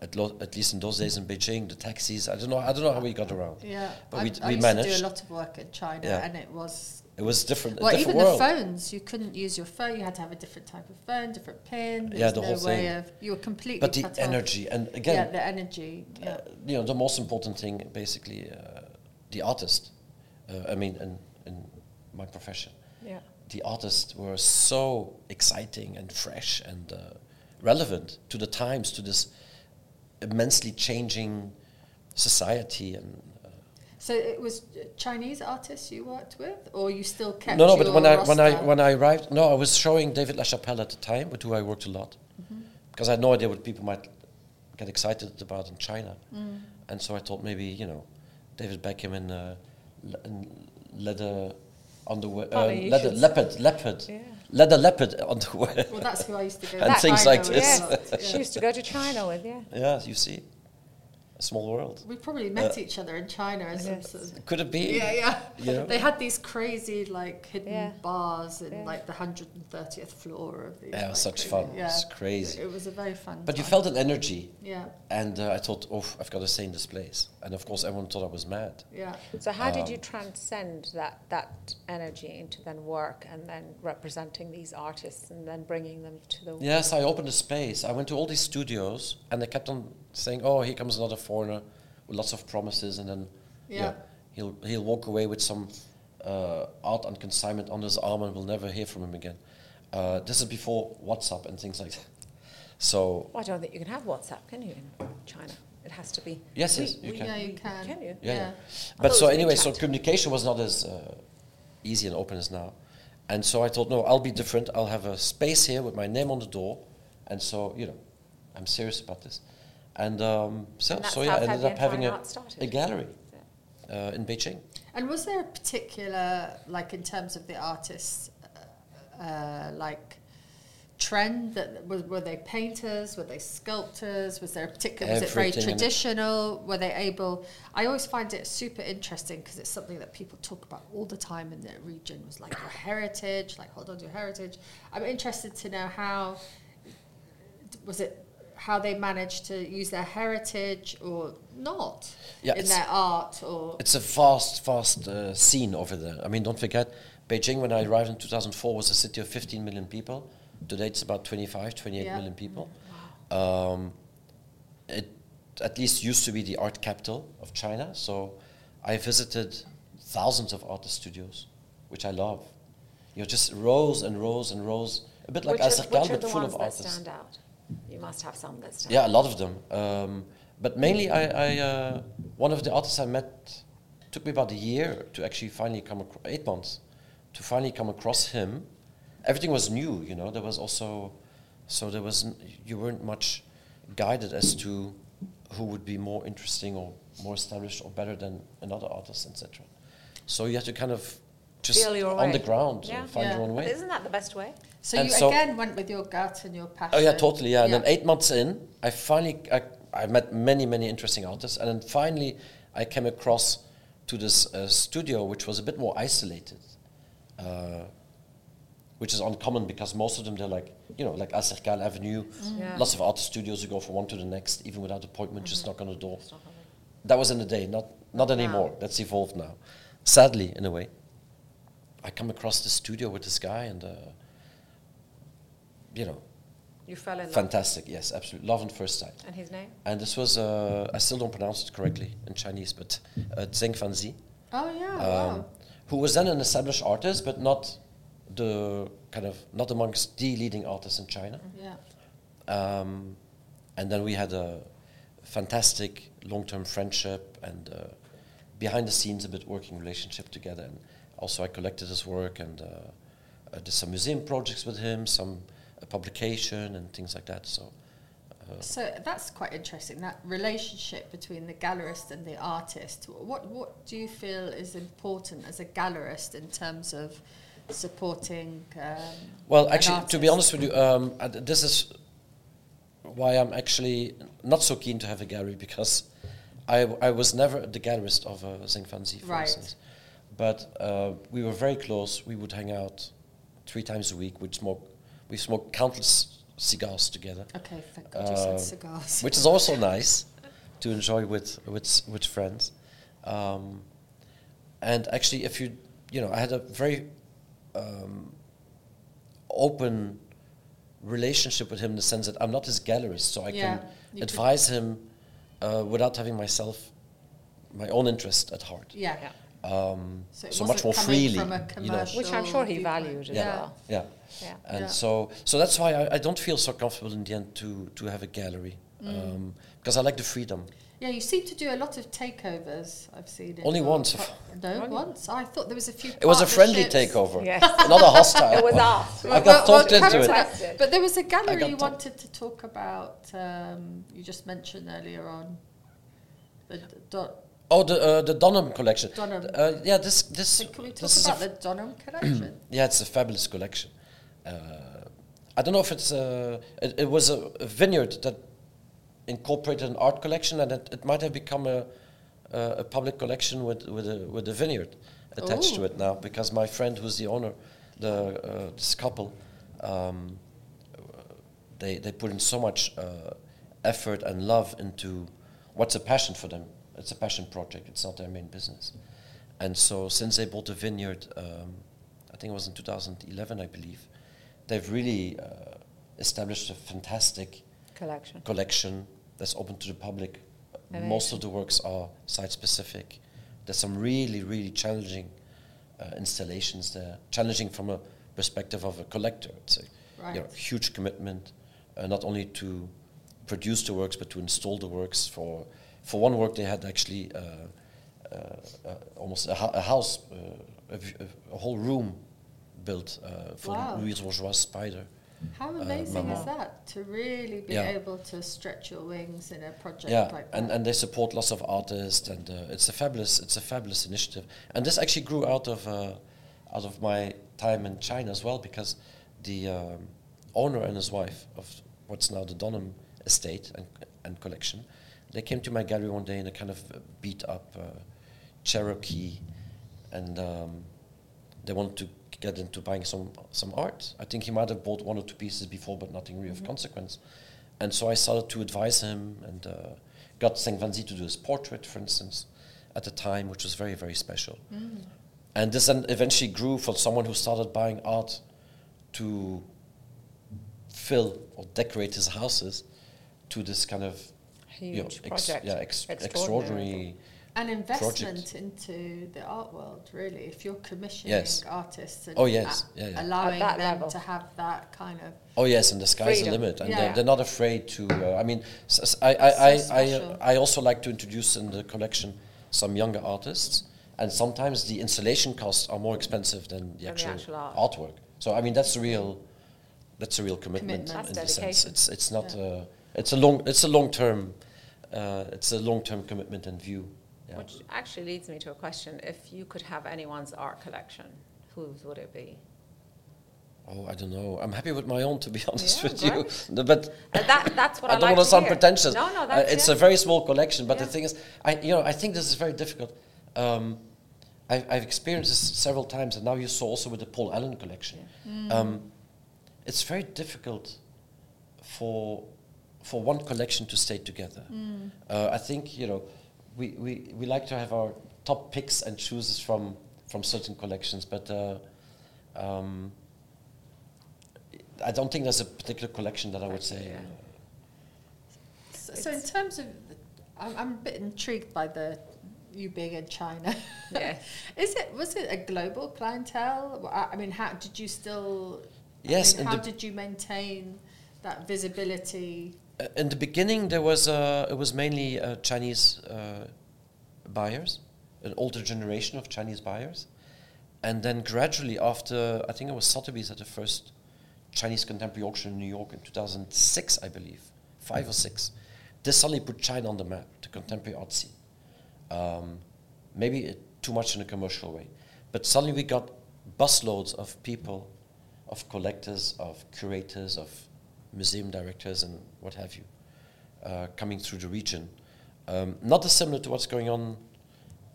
Speaker 3: at, lo- at least in those days in Beijing, the taxis. I don't know. I don't know how we got around.
Speaker 1: Yeah.
Speaker 3: But
Speaker 1: I,
Speaker 3: we-
Speaker 1: I
Speaker 3: we
Speaker 1: used to
Speaker 3: managed.
Speaker 1: do a lot of work in China,
Speaker 3: Yeah.
Speaker 1: and it was
Speaker 3: It was different.
Speaker 1: well,
Speaker 3: a different
Speaker 1: even
Speaker 3: world.
Speaker 1: the phones. You couldn't use your phone. You had to have a different type of phone, different pin. There
Speaker 3: Yeah,
Speaker 1: was
Speaker 3: the
Speaker 1: no
Speaker 3: whole
Speaker 1: way
Speaker 3: thing.
Speaker 1: of you were completely.
Speaker 3: but the
Speaker 1: cut off.
Speaker 3: energy, and
Speaker 1: Yeah,
Speaker 3: again,
Speaker 1: the energy. Yeah.
Speaker 3: uh, you know, the most important thing, basically, uh, the artist. Uh, I mean, in, in my profession,
Speaker 2: Yeah.
Speaker 3: the artists were so exciting and fresh and uh, relevant to the times, to this immensely changing society and uh,
Speaker 1: so it was uh, Chinese artists you worked with, or you still kept.
Speaker 3: no, no. But
Speaker 1: your
Speaker 3: when I when I
Speaker 1: roster?
Speaker 3: when I arrived, no, I was showing David LaChapelle at the time, with who I worked a lot,
Speaker 1: Mm-hmm.
Speaker 3: because I had no idea what people might get excited about in China,
Speaker 1: Mm.
Speaker 3: and so I thought maybe you know, David Beckham in, uh, le- in leather underwear, uh,
Speaker 2: Probably you
Speaker 3: leather
Speaker 2: should
Speaker 3: leopard, leopard,
Speaker 2: Yeah.
Speaker 3: leather leopard underwear.
Speaker 1: well, that's who I used to go.
Speaker 3: And
Speaker 1: to
Speaker 3: things
Speaker 1: China
Speaker 3: like
Speaker 1: with
Speaker 3: this.
Speaker 1: a lot,
Speaker 2: She
Speaker 1: yeah.
Speaker 2: used to go to China with, yeah.
Speaker 3: yeah, you see, a small world.
Speaker 1: We probably met each other in China as some
Speaker 2: Yes.
Speaker 1: sort of
Speaker 3: Could it be?
Speaker 1: Yeah, yeah.
Speaker 3: You know?
Speaker 1: They had these crazy like hidden
Speaker 2: Yeah.
Speaker 1: bars in
Speaker 2: Yeah.
Speaker 1: like the hundred and thirtieth floor of these.
Speaker 3: Yeah, it
Speaker 1: like,
Speaker 3: was such
Speaker 1: crazy-
Speaker 3: fun.
Speaker 1: Yeah.
Speaker 3: It's crazy.
Speaker 1: It was a very fun.
Speaker 3: But you
Speaker 1: time.
Speaker 3: felt an energy,
Speaker 1: Yeah,
Speaker 3: and uh, I thought, oh, I've got to stay in this place. And of course, everyone thought I was mad.
Speaker 1: yeah.
Speaker 2: So how
Speaker 3: Um,
Speaker 2: did you transcend that, that energy into then work and then representing these artists and then bringing them to the...
Speaker 3: Yes, I opened a space. I went to all these studios, and they kept on saying, "Oh, here comes another foreigner with lots of promises," and then
Speaker 1: Yeah.
Speaker 3: he'll he'll walk away with some uh, art and consignment on his arm, and we'll never hear from him again. Uh, this is before WhatsApp and things like that. So
Speaker 2: Well, I don't think you can have WhatsApp, can you, in China? It has to be...
Speaker 3: yes,
Speaker 2: we-
Speaker 3: yes, you
Speaker 2: we-
Speaker 3: can.
Speaker 1: Yeah, you
Speaker 2: we-
Speaker 1: can.
Speaker 2: Can you?
Speaker 3: Yeah, yeah.
Speaker 1: Yeah.
Speaker 2: thought
Speaker 3: But
Speaker 2: Oh, it
Speaker 3: so
Speaker 2: was
Speaker 3: anyway, so
Speaker 2: WeChat.
Speaker 3: communication was not as uh, easy and open as now. And so I thought, no, I'll be different. I'll have a space here with my name on the door. And so, you know, I'm serious about this. And um, so,
Speaker 2: And that's
Speaker 3: so yeah,
Speaker 2: how
Speaker 3: I ended
Speaker 2: Fabian
Speaker 3: up having a,
Speaker 2: Feinart started.
Speaker 3: a gallery uh, in Beijing.
Speaker 1: And was there a particular like in terms of the artists, uh, uh, like trend that was were they painters were they sculptors was there a particular was it very
Speaker 3: Everything in it.
Speaker 1: traditional were they able i always find it super interesting because it's something that people talk about all the time in their region was like your heritage like hold on to your heritage i'm interested to know how was it how they managed to use their heritage or not
Speaker 3: Yeah,
Speaker 1: in
Speaker 3: it's-
Speaker 1: their art or
Speaker 3: It's a vast, vast uh, scene over there. I mean, don't forget, Beijing, when I arrived in 2004, was a city of 15 million people. Today it's about 25, 28 million
Speaker 1: Yeah.
Speaker 3: people. Um, it at least used to be the art capital of China. So I visited thousands of artist studios, which I love. You know, just rows and rows and rows, a bit like
Speaker 2: which, are,
Speaker 3: Azarkan,
Speaker 2: which are
Speaker 3: but
Speaker 2: the
Speaker 3: full
Speaker 2: ones
Speaker 3: of
Speaker 2: that
Speaker 3: artists.
Speaker 2: stand out? You must have some that stand
Speaker 3: Yeah, a lot of them. Um, but mainly, I, I uh, one of the artists I met took me about a year to actually finally come across eight months to finally come across him. Everything was new, you know. There was also so there was n- you weren't much guided as to who would be more interesting or more established or better than another artist, etc. So you had to kind of just
Speaker 2: Feel your
Speaker 3: on the
Speaker 2: way.
Speaker 3: ground
Speaker 2: Yeah.
Speaker 3: uh, find
Speaker 1: Yeah.
Speaker 3: your own
Speaker 2: But
Speaker 3: way.
Speaker 2: isn't that the best way?
Speaker 1: so
Speaker 3: and
Speaker 1: you
Speaker 3: so-
Speaker 1: again went with your gut and your passion
Speaker 3: Oh yeah, totally. Yeah, and then eight months in, I finally I, I met many many interesting artists, and then finally I came across to this uh, studio, which was a bit more isolated, uh, which is uncommon because most of them they're like you know like Acercal Avenue,
Speaker 2: Yeah.
Speaker 3: lots of artist studios who go from one to the next, even without appointment, just knock on the door.
Speaker 2: It's not really-
Speaker 3: That was in the day, not not
Speaker 2: Wow.
Speaker 3: anymore. That's evolved now, sadly in a way. I come across the studio with this guy, and uh, you know.
Speaker 2: You fell in love.
Speaker 3: Fantastic, yes, absolutely. Love on first sight.
Speaker 2: And his name?
Speaker 3: And this was, uh, I still don't pronounce it correctly in Chinese, but uh, Zheng Fanzi,
Speaker 1: oh yeah
Speaker 3: um,
Speaker 1: wow
Speaker 3: who was then an established artist, but not the kind of, not amongst the leading artists in China.
Speaker 1: yeah
Speaker 3: Um, and then we had a fantastic long term friendship and uh, behind the scenes a bit working relationship together. And also, I collected his work and uh, I did some museum projects with him, some uh, publication and things like that. So.
Speaker 1: So that's quite interesting. That relationship between the gallerist and the artist. What what do you feel is important as a gallerist in terms of supporting? Um,
Speaker 3: Well,
Speaker 1: an
Speaker 3: actually, to be
Speaker 1: artist?
Speaker 3: honest with you, um, uh, th- this is why I'm actually not so keen to have a gallery because I, w- I was never the gallerist of uh, Zeng Fanzi, for
Speaker 1: Right.
Speaker 3: instance. But uh, we were very close. We would hang out three times a week. We'd smoke, we smoked countless cigars together,
Speaker 1: Okay, thank God you said
Speaker 3: Uh,
Speaker 1: cigars.
Speaker 3: which is also nice to enjoy with with s- with friends. Um, and actually, if you you know, I had a very um, open relationship with him in the sense that I'm not his gallerist, so I
Speaker 1: Yeah, you
Speaker 3: can
Speaker 1: could-
Speaker 3: advise him uh, without having myself, my own interest at heart.
Speaker 1: yeah.
Speaker 2: Yeah.
Speaker 3: Um, so
Speaker 1: So it wasn't
Speaker 3: much more
Speaker 1: coming
Speaker 3: freely,
Speaker 1: from a
Speaker 3: you know.
Speaker 1: commercial-
Speaker 2: Which I'm sure he
Speaker 1: Sure,
Speaker 2: valued as
Speaker 1: yeah.
Speaker 2: well.
Speaker 3: Yeah,
Speaker 2: Yeah.
Speaker 3: and
Speaker 1: Yeah.
Speaker 3: so so that's why I, I don't feel so comfortable in the end to to have a gallery
Speaker 1: Mm.
Speaker 3: um, because I like the freedom.
Speaker 1: Yeah, you seem to do a lot of takeovers. I've seen it.
Speaker 3: Only
Speaker 1: Or
Speaker 3: once.
Speaker 1: pro- No,
Speaker 2: Only-
Speaker 1: once. I thought there was a few.
Speaker 3: It was a friendly
Speaker 1: partnerships.
Speaker 3: takeover,
Speaker 2: Yes.
Speaker 3: not a hostile.
Speaker 2: It was
Speaker 3: one.
Speaker 2: asked.
Speaker 3: I
Speaker 1: Well,
Speaker 3: got
Speaker 1: well,
Speaker 3: talked into
Speaker 1: perhaps
Speaker 3: it.
Speaker 1: that- But there was a gallery
Speaker 3: got
Speaker 1: you
Speaker 3: talked-
Speaker 1: wanted to talk about. Um, you just mentioned earlier on. The d- dot.
Speaker 3: Oh, the uh, the Dunham collection.
Speaker 1: Dunham.
Speaker 3: Uh, yeah, this this
Speaker 1: So can we talk
Speaker 3: this is a
Speaker 1: about the Donham collection?
Speaker 3: Yeah, it's a fabulous collection. Uh, I don't know if it's a. It, it was a, a vineyard that incorporated an art collection, and it, it might have become a uh, a public collection with with a, with a vineyard attached to
Speaker 1: Oh.
Speaker 3: it now. Because my friend, who's the owner, the uh, this couple, um, they they put in so much uh, effort and love into what's a passion for them. It's a passion project. It's not their main business. And so since they bought the vineyard, um, I think it was in 2011, I believe, they've really uh, established a fantastic
Speaker 2: Collection.
Speaker 3: collection that's open to the public.
Speaker 2: Amazing.
Speaker 3: Most of the works are site specific. There's some really, really challenging uh, installations there. Challenging from a perspective of a collector. It's a you know,
Speaker 1: Right.
Speaker 3: huge commitment, uh, not only to produce the works but to install the works. For for one work, they had actually uh, uh, uh, almost a, hou- a house, uh, a, v- a whole room built uh, for
Speaker 1: Wow.
Speaker 3: Louise Bourgeois' spider.
Speaker 1: How
Speaker 3: Uh,
Speaker 1: amazing is
Speaker 3: Maman.
Speaker 1: that to really be
Speaker 3: Yeah.
Speaker 1: able to stretch your wings in a project
Speaker 3: yeah,
Speaker 1: like that?
Speaker 3: and, and they support lots of artists, and uh, it's a fabulous it's a fabulous initiative. And this actually grew out of uh, out of my time in China as well, because the um, owner and his wife of what's now the Donham estate and, and collection, they came to my gallery one day in a kind of uh, beat up uh, Cherokee, and um, they wanted to get into buying some some art. I think he might have bought one or two pieces before, but nothing really of consequence. And so I started to advise him and uh, got Sengvanzi to do his portrait, for instance, at the time, which was very very special.
Speaker 4: Mm.
Speaker 3: And this then eventually grew from someone who started buying art to fill or decorate his houses to this kind of you know,
Speaker 4: Huge
Speaker 3: ex-
Speaker 4: project.
Speaker 3: yeah, ex-
Speaker 4: Extraordinary.
Speaker 3: extraordinary
Speaker 1: An investment
Speaker 3: Project.
Speaker 1: into the art world, really. If you're commissioning
Speaker 3: Yes.
Speaker 1: artists and
Speaker 3: Oh, yes.
Speaker 1: a-
Speaker 3: Yeah, yeah.
Speaker 1: allowing
Speaker 4: At that
Speaker 1: them
Speaker 4: level.
Speaker 1: to have that kind of
Speaker 3: Oh yes, and the sky's
Speaker 4: Freedom.
Speaker 3: the limit, and
Speaker 1: Yeah.
Speaker 3: they're, they're not afraid to. Uh, I mean, s- s- I I- I-
Speaker 1: So
Speaker 3: I,
Speaker 1: special.
Speaker 3: uh, I also like to introduce in the collection some younger artists, and sometimes the installation costs are more expensive than the
Speaker 2: Than the
Speaker 3: actual,
Speaker 2: actual art.
Speaker 3: artwork. So I mean, that's a real, that's a real commitment,
Speaker 1: Commitment.
Speaker 3: in
Speaker 2: That's
Speaker 3: the sense.
Speaker 2: dedication.
Speaker 3: It's it's not a, it's a long it's a long term, uh, it's a long term commitment and view. Yeah.
Speaker 2: Which actually leads me to a question. If you could have anyone's art collection, whose would it be?
Speaker 3: Oh, I don't know. I'm happy with my own, to be honest
Speaker 2: Yeah,
Speaker 3: with you. No, But
Speaker 2: And Uh, that, that's what I,
Speaker 3: I don't
Speaker 2: like
Speaker 3: want to sound
Speaker 2: hear.
Speaker 3: pretentious.
Speaker 2: No, no,
Speaker 3: Uh,
Speaker 2: that's
Speaker 3: it's
Speaker 2: yeah.
Speaker 3: a very small collection, but the
Speaker 2: Yeah.
Speaker 3: thing is, I you know I think this is very difficult. Um, I've, I've experienced this several times, and now you saw also with the Paul Allen collection. Um, it's very difficult for for one collection to stay together. Uh, I think you know we, we, we like to have our top picks and chooses from from certain collections, but. Uh, um, I don't think there's a particular collection that I would say
Speaker 2: Yeah.
Speaker 3: uh,
Speaker 1: So, so in terms of, I'm, I'm a bit intrigued by the you being in China.
Speaker 2: Yeah.
Speaker 1: Is it was it a global clientele? Wh- I I mean, how did you still? I
Speaker 3: Yes,
Speaker 1: mean,
Speaker 3: in
Speaker 1: how
Speaker 3: the-
Speaker 1: did you maintain that visibility?
Speaker 3: Uh, in the beginning, there was uh, it was mainly uh, Chinese uh, buyers, an older generation of Chinese buyers, and then gradually after I think it was Sotheby's at the first Chinese contemporary auction in New York in 2006, I believe, five or six. This suddenly put China on the map, the contemporary art scene. Um, maybe it, too much in a commercial way, but suddenly we got busloads of people, of collectors, of curators, of museum directors and what have you, uh, coming through the region. Um, not dissimilar to what's going on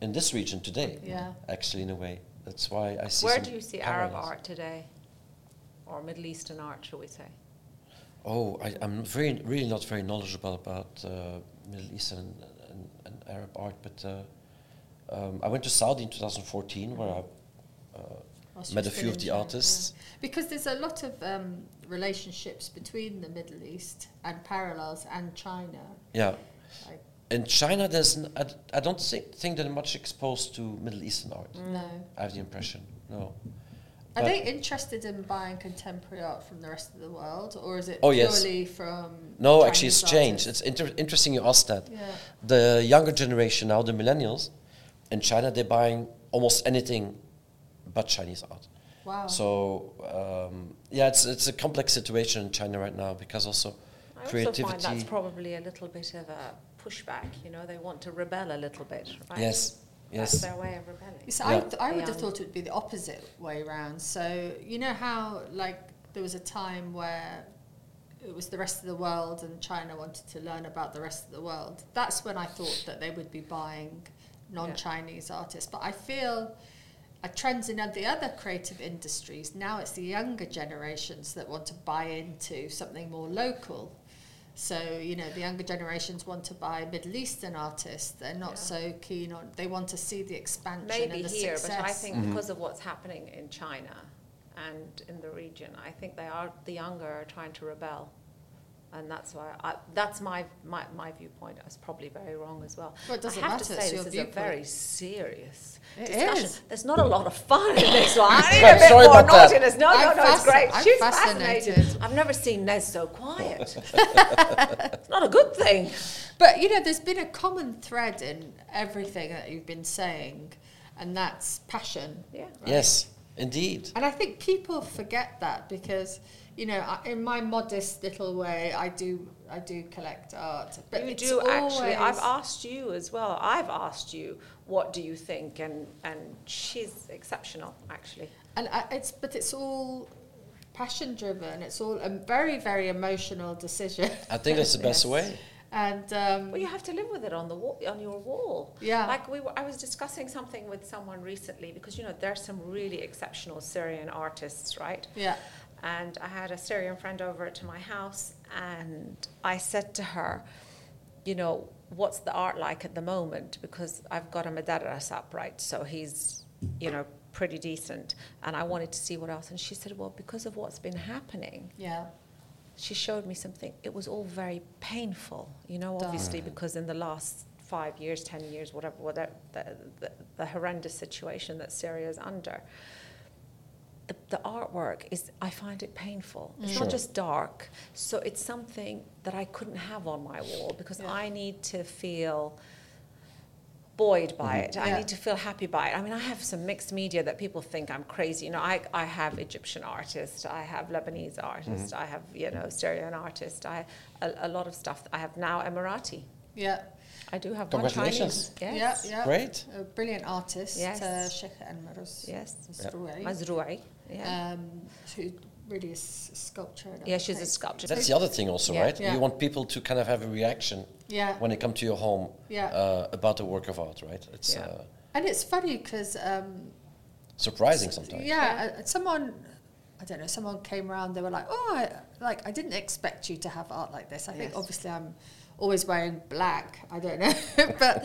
Speaker 3: in this region today,
Speaker 1: Yeah.
Speaker 3: actually, in a way. That's why I see.
Speaker 2: Where
Speaker 3: some
Speaker 2: do you see Arab
Speaker 3: parallels.
Speaker 2: art today? Or Middle Eastern art, shall we say?
Speaker 3: Oh, I, I'm very, really not very knowledgeable about uh, Middle Eastern and, and, and Arab art, but uh, um, I went to Saudi in 2014 where I uh,
Speaker 1: Or
Speaker 3: met a
Speaker 1: still
Speaker 3: few of
Speaker 1: in
Speaker 3: the
Speaker 1: China?
Speaker 3: artists.
Speaker 1: Yeah. Because there's a lot of um, relationships between the Middle East and parallels and China.
Speaker 3: Yeah.
Speaker 1: Like,
Speaker 3: In China, there's n- I, d- I don't thi- think they're much exposed to Middle Eastern art.
Speaker 1: no.
Speaker 3: I have the impression. No.
Speaker 1: Are
Speaker 3: Mm. But-
Speaker 1: they interested in buying contemporary art from the rest of the world, or is it
Speaker 3: Oh, yes.
Speaker 1: purely from?
Speaker 3: No, actually,
Speaker 1: Chinese
Speaker 3: it's changed.
Speaker 1: artists?
Speaker 3: It's inter- interesting you asked that.
Speaker 1: yeah.
Speaker 3: The younger generation now, the millennials, in China, they're buying almost anything but Chinese art.
Speaker 1: Wow.
Speaker 3: So um, yeah, it's it's a complex situation in China right now because also
Speaker 2: I also find that's
Speaker 3: creativity.
Speaker 2: probably a little bit of a pushback. You know, they want to rebel a little bit, right?
Speaker 3: yes,
Speaker 2: That's
Speaker 3: yes.
Speaker 2: their way of rebelling.
Speaker 1: So I,
Speaker 3: Yeah.
Speaker 1: th- I would have
Speaker 2: Yeah.
Speaker 1: thought it would be the opposite way around. So you know how like there was a time where it was the rest of the world and China wanted to learn about the rest of the world. That's when I thought that they would be buying non-Chinese artists. But I feel a trends in the other creative industries now it's the younger generations that want to buy into something more local. So you know the younger generations want to buy Middle Eastern artists. They're not
Speaker 2: Yeah.
Speaker 1: so keen on. They want to see the expansion
Speaker 2: Maybe
Speaker 1: and the
Speaker 2: here,
Speaker 1: success.
Speaker 2: but I think
Speaker 3: Mhm.
Speaker 2: because of what's happening in China and in the region, I think they are the younger are trying to rebel. And that's why I, that's my, my my viewpoint. That's probably very wrong as well.
Speaker 1: Well, it doesn't
Speaker 2: I have
Speaker 1: matter,
Speaker 2: to
Speaker 1: it's
Speaker 2: say
Speaker 1: your
Speaker 2: this is
Speaker 1: viewpoint.
Speaker 2: a very serious
Speaker 1: It
Speaker 2: discussion.
Speaker 1: is.
Speaker 2: There's not a lot of fun in this one. I need a bit
Speaker 3: Sorry
Speaker 2: more
Speaker 3: about that.
Speaker 2: naughtiness. No,
Speaker 1: I'm
Speaker 2: no, no, it's
Speaker 1: fasc-
Speaker 2: great.
Speaker 1: I'm
Speaker 2: She's
Speaker 1: fascinated.
Speaker 2: fascinated. I've never seen Nez so quiet. it's not a good thing.
Speaker 1: But you know, there's been a common thread in everything that you've been saying, and that's passion.
Speaker 2: Yeah.
Speaker 3: Yes, indeed.
Speaker 1: And I think people forget that because you know, I, in my modest little way, I do I do collect art, but
Speaker 2: you
Speaker 1: it's
Speaker 2: do actually. I've
Speaker 1: always-
Speaker 2: asked you as well. I've asked you, what do you think? And and she's exceptional, actually.
Speaker 1: and I, it's but it's all passion driven. It's all a very, very emotional decision.
Speaker 3: I think that's the best
Speaker 1: Yes.
Speaker 3: way.
Speaker 1: And um,
Speaker 2: Well, you have to live with it on the wall, on your wall.
Speaker 1: Yeah.
Speaker 2: Like we were, I was discussing something with someone recently because you know there's some really exceptional Syrian artists, right?
Speaker 1: yeah,
Speaker 2: And I had a Syrian friend over to my house, and I said to her, you know, what's the art like at the moment? Because I've got a madaras up, right? So he's, you know, pretty decent, and I wanted to see what else. And she said, well, because of what's been happening
Speaker 1: yeah,
Speaker 2: she showed me something. It was all very painful, you know, obviously, because in the last five years, ten years, whatever, whatever the, the, the horrendous situation that Syria is under, the, the artwork is, I find it painful. It's
Speaker 3: Sure.
Speaker 2: not just dark. So it's something that I couldn't have on my wall because
Speaker 1: Yeah.
Speaker 2: I need to feel buoyed by
Speaker 3: Mm-hmm.
Speaker 2: it.
Speaker 1: Yeah.
Speaker 2: I need to feel happy by it. I mean, I have some mixed media that people think I'm crazy. You know, I, I have Egyptian artists, I have Lebanese artists,
Speaker 3: Mm-hmm.
Speaker 2: I have, you know, Syrian artists, I a, a lot of stuff. I have now Emirati.
Speaker 1: yeah,
Speaker 2: I do have one Chinese.
Speaker 3: Congratulations.
Speaker 2: Yes.
Speaker 1: yeah, yeah.
Speaker 3: Great.
Speaker 1: A brilliant artist,
Speaker 2: Yes.
Speaker 1: uh, Sheikh Anmarus
Speaker 2: Yes.
Speaker 1: Masrouri,
Speaker 2: Mazrui. Yeah.
Speaker 1: um, who really is a sculptor. and
Speaker 2: yeah, she's a
Speaker 1: everything.
Speaker 2: sculptor.
Speaker 3: That's the other thing, also,
Speaker 2: Yeah.
Speaker 3: right?
Speaker 1: Yeah.
Speaker 3: You want people to kind of have a reaction
Speaker 1: Yeah,
Speaker 3: when they come to your home
Speaker 1: Yeah.
Speaker 3: uh, about the work of art, right? It's
Speaker 2: Yeah.
Speaker 3: uh,
Speaker 1: and it's funny because um,
Speaker 3: surprising sometimes.
Speaker 1: Yeah, uh, someone, I don't know, someone came around. They were like, "Oh, I, like I didn't expect you to have art like this." I think
Speaker 2: Yes.
Speaker 1: obviously I'm always wearing black. I don't know, but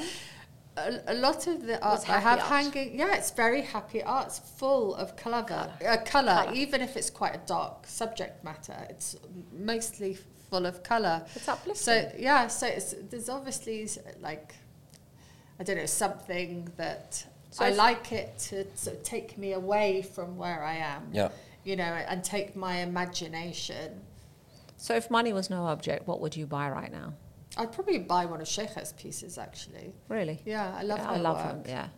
Speaker 1: a, a lot of the art I
Speaker 2: happy
Speaker 1: have
Speaker 2: art.
Speaker 1: hanging, yeah, it's very happy art. It's full of colour, Uh, colour,
Speaker 2: Colour.
Speaker 1: even if it's quite a dark subject matter. It's mostly full of colour.
Speaker 2: It's uplifting.
Speaker 1: So yeah, so it's, there's obviously s- like I don't know something that
Speaker 2: So
Speaker 1: I
Speaker 2: it's-
Speaker 1: like it to sort of take me away from where I am.
Speaker 3: Yeah.
Speaker 1: You know, and take my imagination.
Speaker 2: so if money was no object, what would you buy right now?
Speaker 1: I'd probably buy one of Sheikha's pieces actually.
Speaker 2: Really?
Speaker 1: Yeah, I love
Speaker 2: Yeah,
Speaker 1: her
Speaker 2: I love
Speaker 1: work.
Speaker 2: him. Yeah.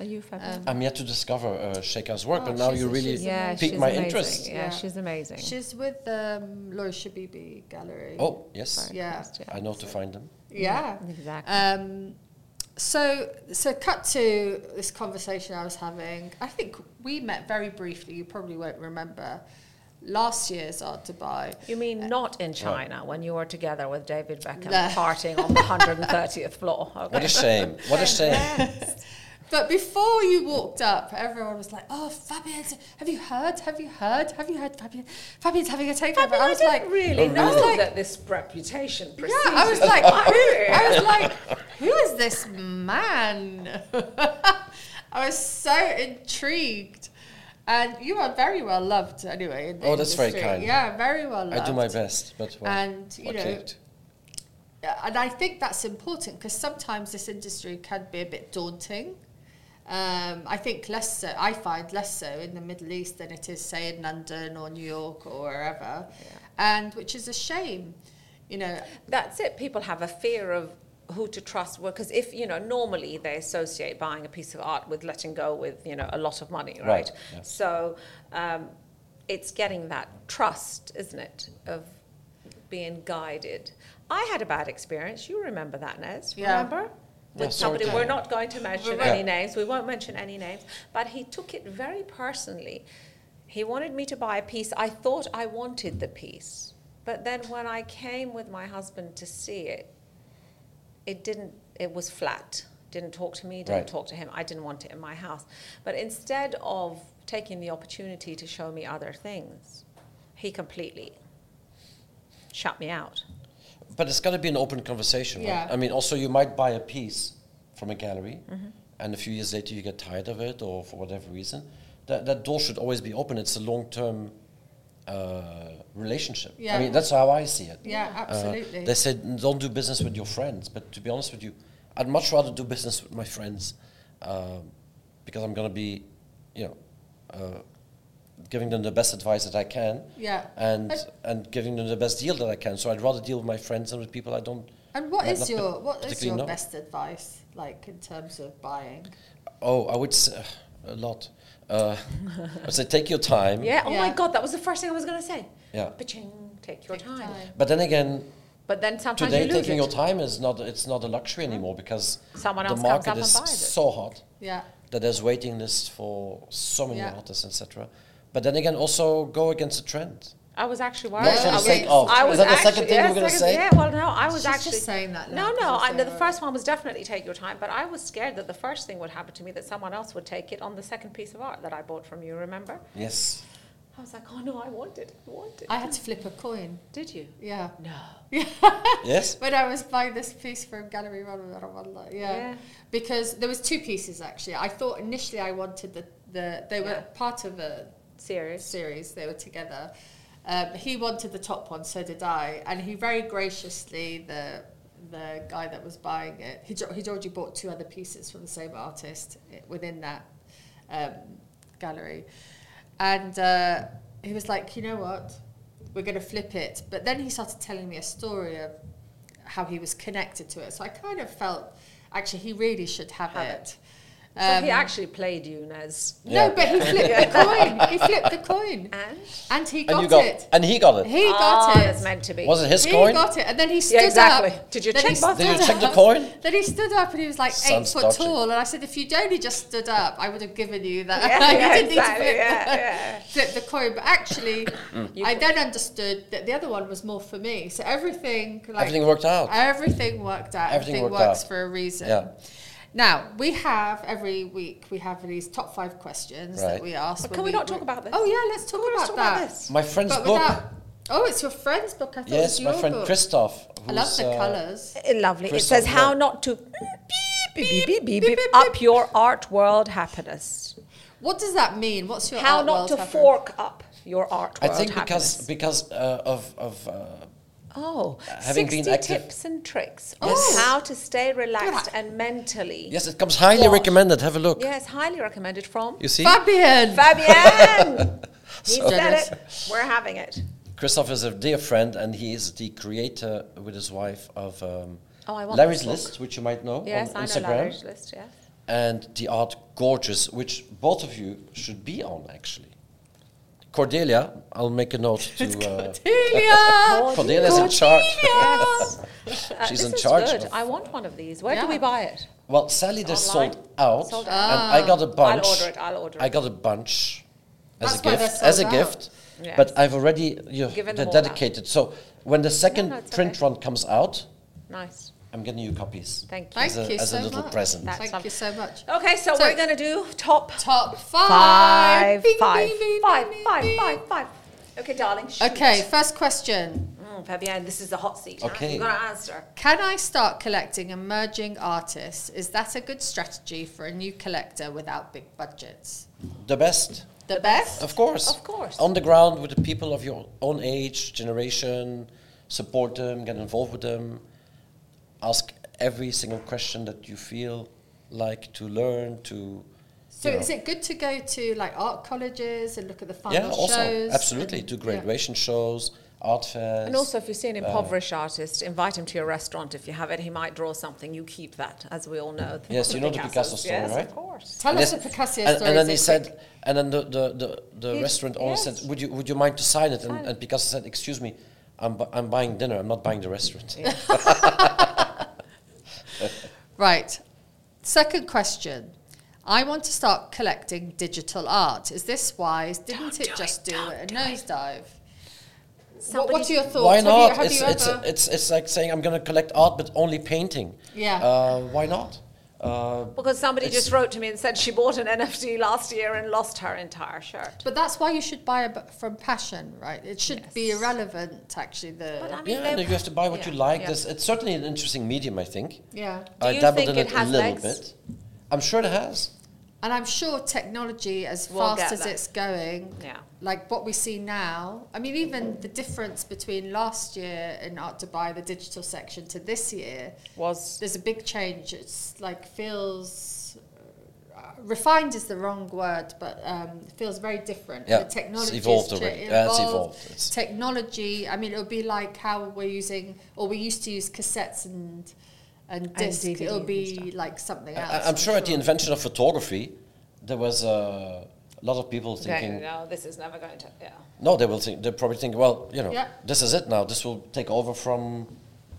Speaker 2: Are you fabulous?
Speaker 1: Um,
Speaker 3: I'm yet to discover uh, Sheikha's work,
Speaker 1: Oh,
Speaker 3: but now
Speaker 1: she's-
Speaker 3: you really
Speaker 1: she's-
Speaker 2: yeah,
Speaker 1: amazing.
Speaker 3: piqued
Speaker 2: she's
Speaker 3: my
Speaker 2: amazing.
Speaker 3: interest.
Speaker 2: Yeah,
Speaker 1: Yeah.
Speaker 2: she's amazing.
Speaker 1: She's with um, Laura Shabibi Gallery.
Speaker 3: Oh yes,
Speaker 2: Very
Speaker 1: yeah.
Speaker 2: impressed,
Speaker 3: I know to find them.
Speaker 1: Yeah.
Speaker 2: Exactly.
Speaker 1: Um, so, so cut to this conversation I was having. I think we met very briefly. You probably won't remember last year's Art Dubai.
Speaker 2: You mean not in China when you were together with David Beckham
Speaker 1: No.
Speaker 2: partying on the 130th floor?
Speaker 3: What
Speaker 2: Okay.
Speaker 3: a shame! What a shame!
Speaker 1: But before you walked up, everyone was like, "Oh, Fabian's! Have you heard? Have you heard? Have you heard? Fabian, Fabian's having a takeover."
Speaker 2: But
Speaker 1: I was like,
Speaker 3: Oh,
Speaker 2: really
Speaker 1: I was like,
Speaker 2: that this reputation
Speaker 1: "Yeah." I was like, "Who?" I was like, "Who is this man?" I was so intrigued, and you are very well loved anyway. In the
Speaker 3: Oh, that's very
Speaker 1: industry.
Speaker 3: kind.
Speaker 1: Yeah, very well loved.
Speaker 3: I do my best, but well,
Speaker 1: And, you
Speaker 3: what
Speaker 1: know,
Speaker 3: can do?
Speaker 1: Yeah, and I think that's important because sometimes this industry can be a bit daunting. Um, I think less so, I find less so in the Middle East than it is, say, in London or New York or wherever, and which is a shame, you know.
Speaker 2: That's it. People have a fear of who to trust because if you know normally they associate buying a piece of art with letting go with you know a lot of money right,
Speaker 3: Right, yeah.
Speaker 2: so um, it's getting that trust isn't it of being guided i had a bad experience you remember that nez
Speaker 1: Yeah.
Speaker 2: remember with
Speaker 3: Yeah, sorry,
Speaker 2: somebody
Speaker 3: Jen.
Speaker 2: we're not going to mention
Speaker 3: Yeah.
Speaker 2: any names we won't mention any names but he took it very personally he wanted me to buy a piece i thought i wanted the piece but then when i came with my husband to see it it didn't it was flat didn't talk to me didn't
Speaker 3: Right.
Speaker 2: talk to him i didn't want it in my house but instead of taking the opportunity to show me other things he completely shut me out
Speaker 3: Mm-hmm. But it's got to be an open conversation. Right?
Speaker 1: Yeah. Mm-hmm.
Speaker 3: I mean, also you might buy a piece from a gallery, and a few years later you get tired of it, or for whatever reason. That that door should always be open. It's a long-term uh, relationship.
Speaker 1: Yeah.
Speaker 3: I mean, that's how I see it.
Speaker 1: Yeah,
Speaker 3: Uh,
Speaker 1: absolutely.
Speaker 3: they said "N- don't do business with your friends, but to be honest with you, I'd much rather do business with my friends um, because I'm going to be, you know, uh, giving them the best advice that I can
Speaker 1: yeah.
Speaker 3: and
Speaker 1: But-
Speaker 3: and giving them the best deal that I can. So I'd rather deal with my friends than with people I don't.
Speaker 1: And what
Speaker 3: Not-
Speaker 1: is
Speaker 3: not
Speaker 1: your what is
Speaker 3: particularly
Speaker 1: your
Speaker 3: no.
Speaker 1: best advice like in terms of buying?
Speaker 3: Oh, I would s- a lot. Uh, I would say take your time.
Speaker 2: yeah oh my
Speaker 1: Yeah.
Speaker 2: god that was the first thing i was going to say
Speaker 3: Yeah.
Speaker 2: Ba-ching, take your
Speaker 1: Take
Speaker 2: time.
Speaker 3: But then again,
Speaker 2: but then sometimes
Speaker 3: today
Speaker 2: you lose
Speaker 3: taking
Speaker 2: it.
Speaker 3: your time is not it's not a luxury anymore because
Speaker 2: Someone
Speaker 3: the
Speaker 2: else comes
Speaker 3: market
Speaker 2: up and
Speaker 3: is
Speaker 2: buys it.
Speaker 3: so hot
Speaker 1: Yeah,
Speaker 3: that there's waiting lists for so many
Speaker 1: Yeah.
Speaker 3: artists, etc. but then again, also go against the trend.
Speaker 2: I was actually
Speaker 3: Not
Speaker 2: worried.
Speaker 1: for the
Speaker 2: I was,
Speaker 1: sake of.
Speaker 2: I
Speaker 3: Was
Speaker 2: was
Speaker 3: oh, that the second
Speaker 2: actually-
Speaker 3: thing you
Speaker 2: yeah,
Speaker 3: were gonna
Speaker 2: second-
Speaker 3: say?
Speaker 2: Yeah, well, no, I was
Speaker 1: She's just
Speaker 2: actually
Speaker 1: saying that
Speaker 2: No,
Speaker 1: now
Speaker 2: no,
Speaker 1: because
Speaker 2: I, the
Speaker 1: they're-
Speaker 2: first one was definitely take your time, but I was scared that the first thing would happen to me that someone else would take it on the second piece of art that I bought from you. Remember?
Speaker 3: Yes.
Speaker 2: I was like, oh no, I want it, I want it.
Speaker 1: I had to flip a coin.
Speaker 2: Did you?
Speaker 1: Yeah.
Speaker 2: No.
Speaker 3: yes.
Speaker 1: When I was buying this piece from Gallery Rwanda, yeah.
Speaker 2: Yeah.
Speaker 1: Because there was two pieces actually. I thought initially I wanted the, the they were
Speaker 2: Yeah.
Speaker 1: part of a
Speaker 2: Serious.
Speaker 1: series. They were together. Um, he wanted the top one, so did I. And he very graciously, the the guy that was buying it, he jo- he'd already bought two other pieces from the same artist i- within that um, gallery, and uh, he was like, you know what, we're going to flip it. But then he started telling me a story of how he was connected to it. So I kind of felt actually he really should have,
Speaker 2: Have
Speaker 1: it.
Speaker 2: So he
Speaker 1: Um,
Speaker 2: actually played you, Nez.
Speaker 1: no,
Speaker 3: Yeah.
Speaker 1: but he flipped the coin. He flipped the coin.
Speaker 2: And
Speaker 1: And he got,
Speaker 3: And you got
Speaker 1: it.
Speaker 3: and he got it.
Speaker 1: He got
Speaker 2: Ah,
Speaker 1: it.
Speaker 2: It's meant to be.
Speaker 3: Was it his
Speaker 1: he
Speaker 3: coin?
Speaker 1: got it. And then he stood
Speaker 2: exactly.
Speaker 1: up.
Speaker 2: Did you
Speaker 1: Then he
Speaker 2: check both
Speaker 1: stood
Speaker 3: Did you check the
Speaker 1: up.
Speaker 3: coin?
Speaker 1: Then he stood up and he was like
Speaker 3: Sounds
Speaker 1: eight foot
Speaker 3: dodgy.
Speaker 1: tall. And I said, if you'd only just stood up, I would have given you that.
Speaker 2: Yeah,
Speaker 1: you
Speaker 2: yeah,
Speaker 1: didn't
Speaker 2: exactly.
Speaker 1: need to flip,
Speaker 2: Yeah,
Speaker 1: the-
Speaker 2: yeah.
Speaker 1: flip the coin. But actually,
Speaker 3: Mm.
Speaker 2: You
Speaker 1: I
Speaker 2: could-
Speaker 1: then understood that the other one was more for me. So everything, like,
Speaker 3: Everything worked out.
Speaker 1: Everything worked out. Everything,
Speaker 3: Oh. Everything worked
Speaker 1: works
Speaker 3: out.
Speaker 1: for a reason.
Speaker 3: Yeah.
Speaker 1: Now we have every week we have these top five questions that
Speaker 3: Right.
Speaker 1: we ask.
Speaker 2: But
Speaker 1: when
Speaker 2: can we not talk about this?
Speaker 1: Oh yeah, let's talk
Speaker 2: Come on,
Speaker 1: about
Speaker 2: let's talk
Speaker 1: that.
Speaker 2: about this.
Speaker 3: My friend's
Speaker 1: But
Speaker 3: book.
Speaker 1: without- oh, it's your friend's book. I thought
Speaker 3: yes,
Speaker 1: it was
Speaker 3: my
Speaker 1: your
Speaker 3: friend
Speaker 1: book.
Speaker 3: Christoph.
Speaker 1: I love
Speaker 3: who's,
Speaker 1: the
Speaker 3: uh,
Speaker 1: colours.
Speaker 2: Eh, lovely. It
Speaker 3: Crystal
Speaker 2: says
Speaker 3: Ball.
Speaker 2: how not to beep, beep, beep, beep, beep,
Speaker 1: beep,
Speaker 2: beep,
Speaker 1: beep,
Speaker 2: up your art world happiness.
Speaker 1: What does that mean? What's your
Speaker 2: How
Speaker 1: art
Speaker 2: not
Speaker 1: world
Speaker 2: to
Speaker 1: cover?
Speaker 2: fork up your art
Speaker 3: I
Speaker 2: world
Speaker 3: think
Speaker 2: happiness.
Speaker 3: because because uh, of of uh,
Speaker 2: oh,
Speaker 3: having been
Speaker 2: 60
Speaker 3: active-
Speaker 2: tips and tricks
Speaker 1: Yes.
Speaker 2: on how to stay relaxed
Speaker 1: that.
Speaker 2: and mentally.
Speaker 3: yes, it comes highly
Speaker 2: What?
Speaker 3: recommended. Have a look.
Speaker 2: Yes, highly recommended from
Speaker 3: You see,
Speaker 1: Fabian.
Speaker 2: Fabian. he
Speaker 1: So-
Speaker 2: said it. We're having it.
Speaker 3: Christoph is a dear friend, and he is the creator with his wife of um,
Speaker 2: Oh, I want
Speaker 3: Larry's
Speaker 2: this book.
Speaker 3: List, which you might know
Speaker 2: Yes,
Speaker 3: on
Speaker 2: I know
Speaker 3: Instagram,
Speaker 2: Larry's list. Yes.
Speaker 3: and the art Gorgeous, which both of you should be on actually. Cordelia, I'll make a note to. Uh,
Speaker 1: Delia.
Speaker 3: Cordelia's in charge.
Speaker 2: Yes. Uh,
Speaker 3: She's
Speaker 2: this
Speaker 3: in
Speaker 2: is
Speaker 3: charge
Speaker 2: Good.
Speaker 3: of-
Speaker 2: I want one of these. Where
Speaker 1: Yeah.
Speaker 2: do we buy it?
Speaker 3: Well, sadly, they're
Speaker 2: Online?
Speaker 3: sold out,
Speaker 2: Sold
Speaker 3: and I got a bunch.
Speaker 2: order it, I'll order
Speaker 3: I
Speaker 2: it.
Speaker 3: got a bunch as
Speaker 1: That's
Speaker 3: a
Speaker 1: why they're
Speaker 3: gift. As a
Speaker 1: sold out.
Speaker 3: gift,
Speaker 2: Yes.
Speaker 3: but I've already you know,
Speaker 2: Given
Speaker 3: they're
Speaker 2: them all out.
Speaker 3: dedicated. So when the second
Speaker 2: no, it's
Speaker 3: print
Speaker 2: okay.
Speaker 3: run comes out,
Speaker 2: Nice.
Speaker 3: I'm getting you copies.
Speaker 2: Thank you.
Speaker 1: Thank
Speaker 3: As a-
Speaker 1: you
Speaker 3: as a
Speaker 1: so
Speaker 3: little
Speaker 1: much.
Speaker 3: present.
Speaker 2: That's
Speaker 1: Thank
Speaker 2: lovely.
Speaker 1: you so much.
Speaker 2: Okay, so,
Speaker 1: So-
Speaker 2: we're gonna do top
Speaker 1: Top five.
Speaker 2: five,
Speaker 1: Bing,
Speaker 2: five,
Speaker 1: bing, bing,
Speaker 2: five,
Speaker 1: bing,
Speaker 2: five,
Speaker 1: bing.
Speaker 2: five, five. Okay, darling. shoot.
Speaker 1: Okay, first question.
Speaker 2: Mm, Fabienne, this is the hot seat. huh?
Speaker 3: Okay.
Speaker 2: You gotta answer.
Speaker 1: Can I start collecting emerging artists? Is that a good strategy for a new collector without big budgets?
Speaker 3: The best,
Speaker 1: The best?
Speaker 3: of course.
Speaker 2: Of course.
Speaker 3: On the ground with the people of your own age, generation, support them, get involved with them, ask every single question that you feel like to learn to.
Speaker 1: So
Speaker 3: you know.
Speaker 1: is it good to go to like art colleges and look at the final
Speaker 3: yeah, also
Speaker 1: shows?
Speaker 3: absolutely
Speaker 1: and-
Speaker 3: do
Speaker 1: yeah.
Speaker 3: graduation shows, art fairs.
Speaker 2: And also, if you see an impoverished artist, invite him to your restaurant. If you have it, he might draw something. You keep that, as we all know.
Speaker 3: Yes,
Speaker 2: from
Speaker 3: you know the Picasso
Speaker 2: Picassos.
Speaker 3: story,
Speaker 2: yes,
Speaker 3: right?
Speaker 2: Of course.
Speaker 1: Tell
Speaker 3: And
Speaker 1: us the
Speaker 3: this-
Speaker 1: Picasso
Speaker 3: and,
Speaker 1: story.
Speaker 3: and then he
Speaker 1: is it
Speaker 3: said, and then the the, the, the
Speaker 2: He-
Speaker 3: restaurant owner
Speaker 2: yes.
Speaker 3: said, "Would you would you mind to sign it?"
Speaker 2: Sign
Speaker 3: And,
Speaker 2: it.
Speaker 3: and Picasso said, "Excuse me, I'm bu- I'm buying dinner. I'm not buying the restaurant."
Speaker 1: Right. Second question. I want to start collecting digital art. Is this wise? Didn't
Speaker 2: Don't
Speaker 1: it
Speaker 2: do
Speaker 1: just
Speaker 2: it,
Speaker 1: do
Speaker 2: don't
Speaker 1: a
Speaker 2: do it.
Speaker 1: nosedive? What,
Speaker 2: Somebody-
Speaker 1: what are your thoughts?
Speaker 3: Why
Speaker 1: Have
Speaker 3: not?
Speaker 1: You, have
Speaker 3: it's,
Speaker 1: you
Speaker 3: it's,
Speaker 1: ever?
Speaker 3: it's it's like saying I'm going to collect art, but only painting.
Speaker 1: Yeah.
Speaker 3: Uh, why not? Uh,
Speaker 2: Because somebody
Speaker 3: It's-
Speaker 2: just wrote to me and said she bought an NFT last year and lost her entire shirt.
Speaker 1: but that's why you should buy a b- from passion, right? It should be
Speaker 2: Yes.
Speaker 1: irrelevant, actually. The
Speaker 2: But I mean,
Speaker 3: yeah,
Speaker 2: they-
Speaker 3: and you have to buy what
Speaker 2: yeah,
Speaker 3: you like.
Speaker 2: yeah.
Speaker 3: This it's certainly an interesting medium, I think.
Speaker 1: yeah,
Speaker 2: Do
Speaker 3: I
Speaker 2: you
Speaker 3: dabbled
Speaker 2: think
Speaker 3: in
Speaker 2: it
Speaker 3: it, a
Speaker 2: has
Speaker 3: little
Speaker 2: legs?
Speaker 3: bit. I'm sure it has.
Speaker 1: and I'm sure technology, as
Speaker 2: We'll
Speaker 1: fast
Speaker 2: get
Speaker 1: as
Speaker 2: there.
Speaker 1: it's going,
Speaker 2: Yeah.
Speaker 1: like what we see now. I mean, even the difference between last year in Art Dubai, the digital section, to this year,
Speaker 2: Was
Speaker 1: there's a big change. It's like feels uh, refined is the wrong word, but um, it feels very different.
Speaker 3: Yeah,
Speaker 1: the
Speaker 3: it's
Speaker 1: technology
Speaker 3: evolved
Speaker 1: is
Speaker 3: already. Yeah, it's evolved. It's-
Speaker 1: Technology. I mean, it'll be like how we're using, or we used to use cassettes and and disc.
Speaker 2: DVD
Speaker 1: it'll
Speaker 2: and
Speaker 1: be
Speaker 2: stuff.
Speaker 1: like something else.
Speaker 3: I, I'm sure at the invention of photography, there was uh, a lot of people thinking.
Speaker 2: okay, no, this is never going to. Yeah.
Speaker 3: No, they will think. They probably think, well, you know,
Speaker 1: Yeah.
Speaker 3: this is it now. This will take over from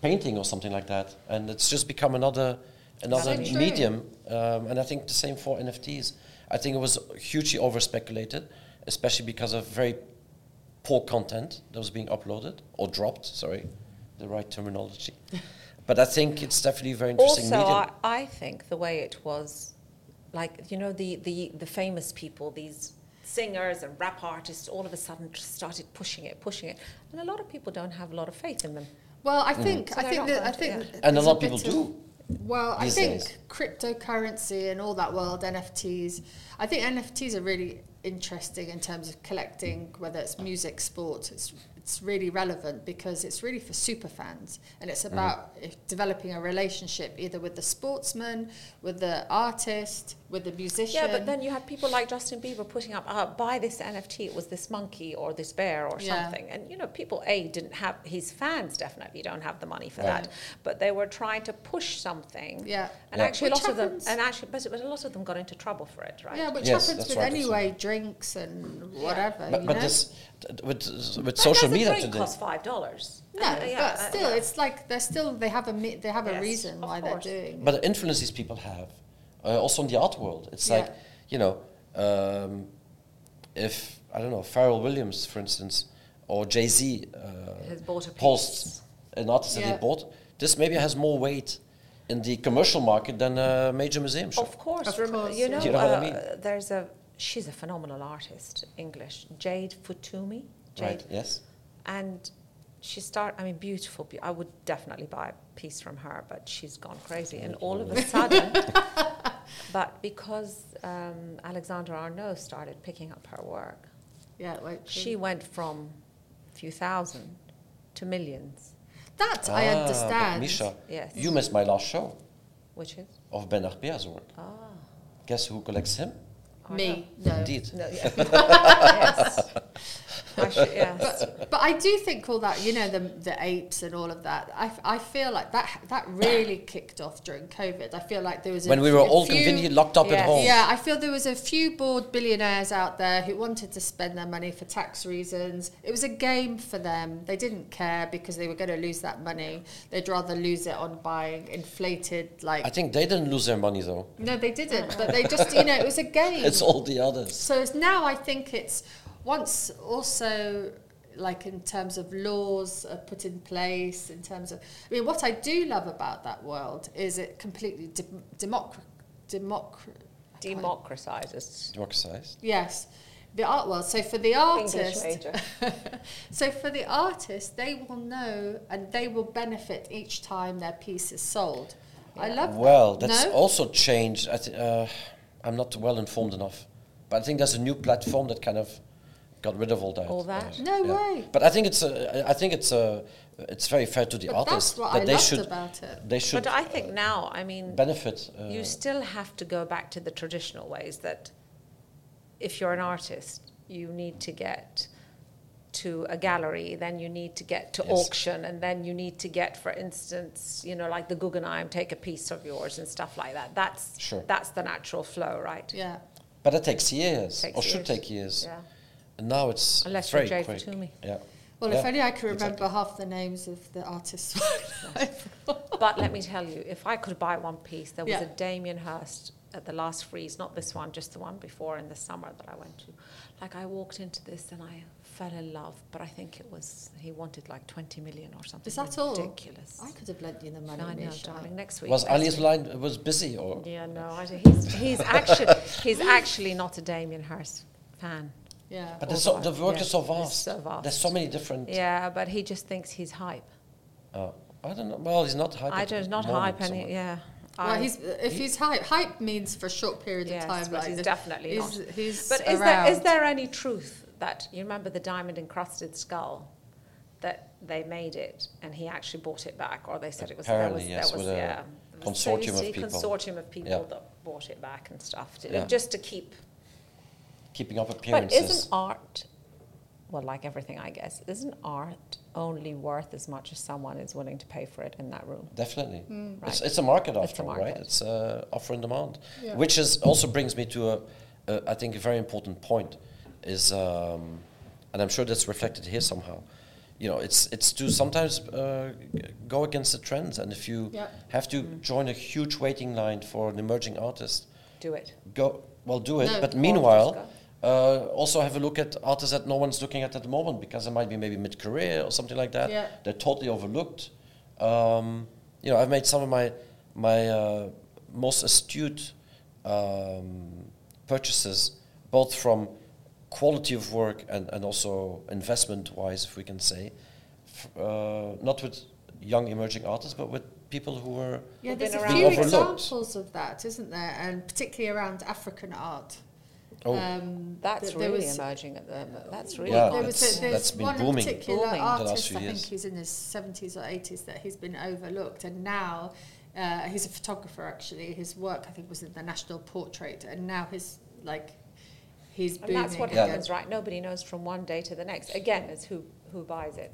Speaker 3: painting or something like that, and it's just become another another
Speaker 1: Absolutely.
Speaker 3: medium. Um, and I think the same for NFTs. I think it was hugely overspeculated, especially because of very poor content that was being uploaded or dropped. Sorry, the right terminology. but I think it's definitely a very interesting
Speaker 2: also,
Speaker 3: medium.
Speaker 2: I, I think the way it was, like you know, the the the famous people, these singers and rap artists, all of a sudden just started pushing it, pushing it, and a lot of people don't have a lot of faith in them.
Speaker 1: Well, I think
Speaker 2: So
Speaker 1: I
Speaker 2: they're
Speaker 1: think
Speaker 2: not
Speaker 1: that, I
Speaker 2: going to-
Speaker 1: think
Speaker 3: Mm. And a
Speaker 1: there's
Speaker 3: lot of people
Speaker 1: bit
Speaker 3: do.
Speaker 1: Well, I
Speaker 3: these
Speaker 1: think
Speaker 3: days.
Speaker 1: cryptocurrency and all that world, NFTs. I think NFTs are really interesting in terms of collecting, whether it's music, sports. It's it's really relevant because it's really for super fans, and it's
Speaker 3: Mm-hmm.
Speaker 1: about if developing a relationship either with the sportsman, with the artist, with the musician.
Speaker 2: Yeah, but then you had people like Justin Bieber putting up, uh, buy this NFT, it was this monkey or this bear or
Speaker 1: Yeah.
Speaker 2: something. And, you know, people, A, didn't have, his fans definitely don't have the money for
Speaker 3: Right.
Speaker 2: that. But they were trying to push something.
Speaker 1: Yeah.
Speaker 2: And
Speaker 3: Yeah.
Speaker 2: actually, a
Speaker 1: Which
Speaker 2: lot of them,
Speaker 1: happens.
Speaker 2: and actually, but, but a lot of them got into trouble for it, right?
Speaker 1: yeah, which
Speaker 3: Yes,
Speaker 1: happens
Speaker 3: that's
Speaker 1: with
Speaker 3: right, that's
Speaker 1: anyway drinks and whatever.
Speaker 3: but
Speaker 1: you
Speaker 3: but
Speaker 1: know?
Speaker 3: this t- t- with with
Speaker 2: That
Speaker 3: social
Speaker 2: doesn't
Speaker 3: media
Speaker 2: really
Speaker 3: today.
Speaker 2: cost five dollars.
Speaker 1: No, but still, it's like they're still they have a mi- they have a
Speaker 2: Yes,
Speaker 1: reason
Speaker 2: of
Speaker 1: why
Speaker 2: course.
Speaker 1: they're doing. it.
Speaker 3: But the influence these people have, uh, also in the art world, it's
Speaker 1: Yeah.
Speaker 3: like you know, um, if I don't know, Pharrell Williams, for instance, or Jay Z uh,
Speaker 2: Has bought a piece.
Speaker 3: posts an artist that
Speaker 1: Yeah.
Speaker 3: he bought. This maybe has more weight in the commercial market than a major museum show.
Speaker 2: Of course,
Speaker 1: Of
Speaker 2: rem-
Speaker 1: course,
Speaker 2: you
Speaker 1: yeah.
Speaker 2: know,
Speaker 3: You know what I
Speaker 2: uh,
Speaker 3: mean?
Speaker 2: there's a, she's a phenomenal artist, English, Jade Futumi. Jade
Speaker 3: Right? Yes.
Speaker 2: and she start i mean beautiful be- i would definitely buy a piece from her but she's gone crazy and all of a sudden but because um, alexandra arnault started picking up her work
Speaker 1: Yeah, like
Speaker 2: she went from a few thousand to millions
Speaker 1: that I
Speaker 3: Ah, but
Speaker 1: understand.
Speaker 3: Misha,
Speaker 2: Yes.
Speaker 3: you missed my last show
Speaker 2: which is
Speaker 3: of Ben Arpia's work.
Speaker 2: ah
Speaker 3: Guess who collects him? Oh,
Speaker 1: me, no.
Speaker 3: Indeed.
Speaker 2: no, yeah. yes I should, yes
Speaker 1: But, but I do think all that, you know, the, the apes and all of that. I, f- I feel like that that really kicked off during COVID. I feel like there was a
Speaker 3: When we
Speaker 1: f-
Speaker 3: were
Speaker 1: a
Speaker 3: all
Speaker 1: few-
Speaker 3: conveniently locked up at
Speaker 2: Yes.
Speaker 3: home.
Speaker 1: Yeah, I feel there was a few bored billionaires out there who wanted to spend their money for tax reasons. It was a game for them. They didn't care because they were going to lose that money. They'd rather lose it on buying inflated like
Speaker 3: I think they didn't lose their money though.
Speaker 1: No, they didn't. But they just, you know, it was a game.
Speaker 3: It's all the others.
Speaker 1: So it's now I think it's once also like in terms of laws are put in place in terms of I mean what I do love about that world is it completely de- democ democ
Speaker 2: democratizes
Speaker 3: democratized.
Speaker 1: yes the art world so for the
Speaker 2: english
Speaker 1: artist
Speaker 2: major
Speaker 1: so for the artist they will know and they will benefit each time their piece is sold I
Speaker 2: Yeah.
Speaker 1: love
Speaker 3: Well,
Speaker 1: that.
Speaker 3: that's
Speaker 1: no?
Speaker 3: also changed. I th- uh, I'm not well informed enough, but I think there's a new platform that kind of got rid of all that.
Speaker 2: All that?
Speaker 1: No way.
Speaker 3: But I think it's a, I I think it's a, it's very fair to the
Speaker 1: But
Speaker 3: artists
Speaker 1: that's what
Speaker 3: that
Speaker 1: I
Speaker 3: they
Speaker 1: loved
Speaker 3: should
Speaker 1: about it.
Speaker 3: they should
Speaker 2: but i think now i mean
Speaker 3: benefit. Uh,
Speaker 2: you still have to go back to the traditional ways that if you're an artist, you need to get to a gallery, then you need to get to
Speaker 3: Yes.
Speaker 2: auction, and then you need to get, for instance, you know, like the Guggenheim, take a piece of yours and stuff like that. That's
Speaker 3: Sure.
Speaker 2: that's the natural flow, right?
Speaker 1: yeah
Speaker 3: but that takes years,
Speaker 2: Takes
Speaker 3: or should
Speaker 2: years.
Speaker 3: take years.
Speaker 2: Yeah.
Speaker 3: And now it's
Speaker 2: Unless you're
Speaker 3: very
Speaker 2: Jay
Speaker 3: quick.
Speaker 2: Fatumi.
Speaker 3: Yeah.
Speaker 1: well if
Speaker 3: Yeah.
Speaker 1: only I could remember
Speaker 3: Exactly.
Speaker 1: half the names of the artists
Speaker 2: But let me tell you, if I could buy one piece, there was
Speaker 1: Yeah.
Speaker 2: a Damien Hirst at the last freeze, not this one, just the one before in the summer that I went to. Like I walked into this and I fell in love, but I think it was he wanted like twenty million or something.
Speaker 1: Is that all?
Speaker 2: ridiculous?
Speaker 1: I could have lent you the money.
Speaker 2: I know,
Speaker 1: Misha.
Speaker 2: darling. Next week.
Speaker 3: Was
Speaker 2: next
Speaker 3: Ali's
Speaker 2: week.
Speaker 3: line was busy or
Speaker 2: Yeah, no, I, he's he's actually he's actually not a Damien Hirst fan.
Speaker 1: Yeah.
Speaker 3: but there's
Speaker 2: All
Speaker 3: so, the
Speaker 2: that,
Speaker 3: work
Speaker 2: yeah.
Speaker 3: is so
Speaker 2: It's
Speaker 3: vast.
Speaker 2: so vast.
Speaker 3: There's so many different.
Speaker 2: Yeah, but he just thinks he's hype.
Speaker 3: Uh, I don't know. Well, he's not hype.
Speaker 2: I
Speaker 3: at the
Speaker 2: don't not
Speaker 3: moment
Speaker 2: hype any.
Speaker 3: so much.
Speaker 2: Yeah. I-
Speaker 1: well, he's if he's hype, hype means for a short period
Speaker 2: Yes,
Speaker 1: of time.
Speaker 2: but
Speaker 1: like
Speaker 2: he's
Speaker 1: the-
Speaker 2: definitely
Speaker 1: he's,
Speaker 2: not.
Speaker 1: He's
Speaker 2: But is there,
Speaker 1: around.
Speaker 2: is there any truth that you remember the diamond encrusted skull that they made it and he actually bought it back, or they said it was
Speaker 3: Apparently,
Speaker 2: there was
Speaker 3: yes,
Speaker 2: there was
Speaker 3: with a
Speaker 2: yeah there was-
Speaker 3: consortium
Speaker 2: so
Speaker 3: of
Speaker 2: you see
Speaker 3: people.
Speaker 2: consortium of people
Speaker 3: Yeah.
Speaker 2: that bought it back and stuff to,
Speaker 3: Yeah.
Speaker 2: just to keep.
Speaker 3: Keeping up
Speaker 2: But
Speaker 3: appearances.
Speaker 2: isn't art? Well, like everything, I guess, isn't art only worth as much as someone is willing to pay for it in that room?
Speaker 3: Definitely. It's,
Speaker 2: Right.
Speaker 3: it's a market
Speaker 2: a
Speaker 3: after all, right?
Speaker 2: market.
Speaker 3: It's uh, offer and demand,
Speaker 1: Yeah.
Speaker 3: which is also brings me to a, a, I think, a very important point is, um, and I'm sure that's reflected here somehow. You know, it's it's to sometimes uh, g- go against the trends, and if you
Speaker 1: Yeah.
Speaker 3: have to join a huge waiting line for an emerging artist,
Speaker 2: Do it.
Speaker 3: go well, do it.
Speaker 1: No,
Speaker 3: but
Speaker 1: or
Speaker 3: meanwhile,
Speaker 2: just
Speaker 3: Uh, also have a look at artists that no one's looking at at the moment because they might be maybe mid-career or something like that.
Speaker 1: Yeah.
Speaker 3: They're totally overlooked. Um, you know, I've made some of my my uh, most astute um, purchases, both from quality of work and, and also investment-wise, if we can say, f- uh, not with young emerging artists, but with people who were
Speaker 1: Yeah,
Speaker 2: We've
Speaker 1: there's
Speaker 2: been
Speaker 1: a
Speaker 2: around
Speaker 1: few
Speaker 3: overlooked.
Speaker 1: examples of that, isn't there? And particularly around African art.
Speaker 3: oh
Speaker 1: Um,
Speaker 2: That's
Speaker 1: th-
Speaker 2: really emerging at the moment. That's really
Speaker 3: Yeah,
Speaker 1: there was
Speaker 2: nice.
Speaker 3: that's-
Speaker 1: a, there's
Speaker 3: that's been
Speaker 1: one
Speaker 3: booming.
Speaker 1: particular
Speaker 2: Booming. The last
Speaker 1: artist,
Speaker 3: few
Speaker 1: I think
Speaker 3: years.
Speaker 1: he's in his 70s or 80s, that he's been overlooked. And now uh, he's a photographer, actually. His work, I think, was in the National Portrait. And now his, like, he's
Speaker 2: and
Speaker 1: booming.
Speaker 2: that's what
Speaker 3: Yeah.
Speaker 1: again.
Speaker 2: happens, right? Nobody knows from one day to the next. Again, it's who who buys it.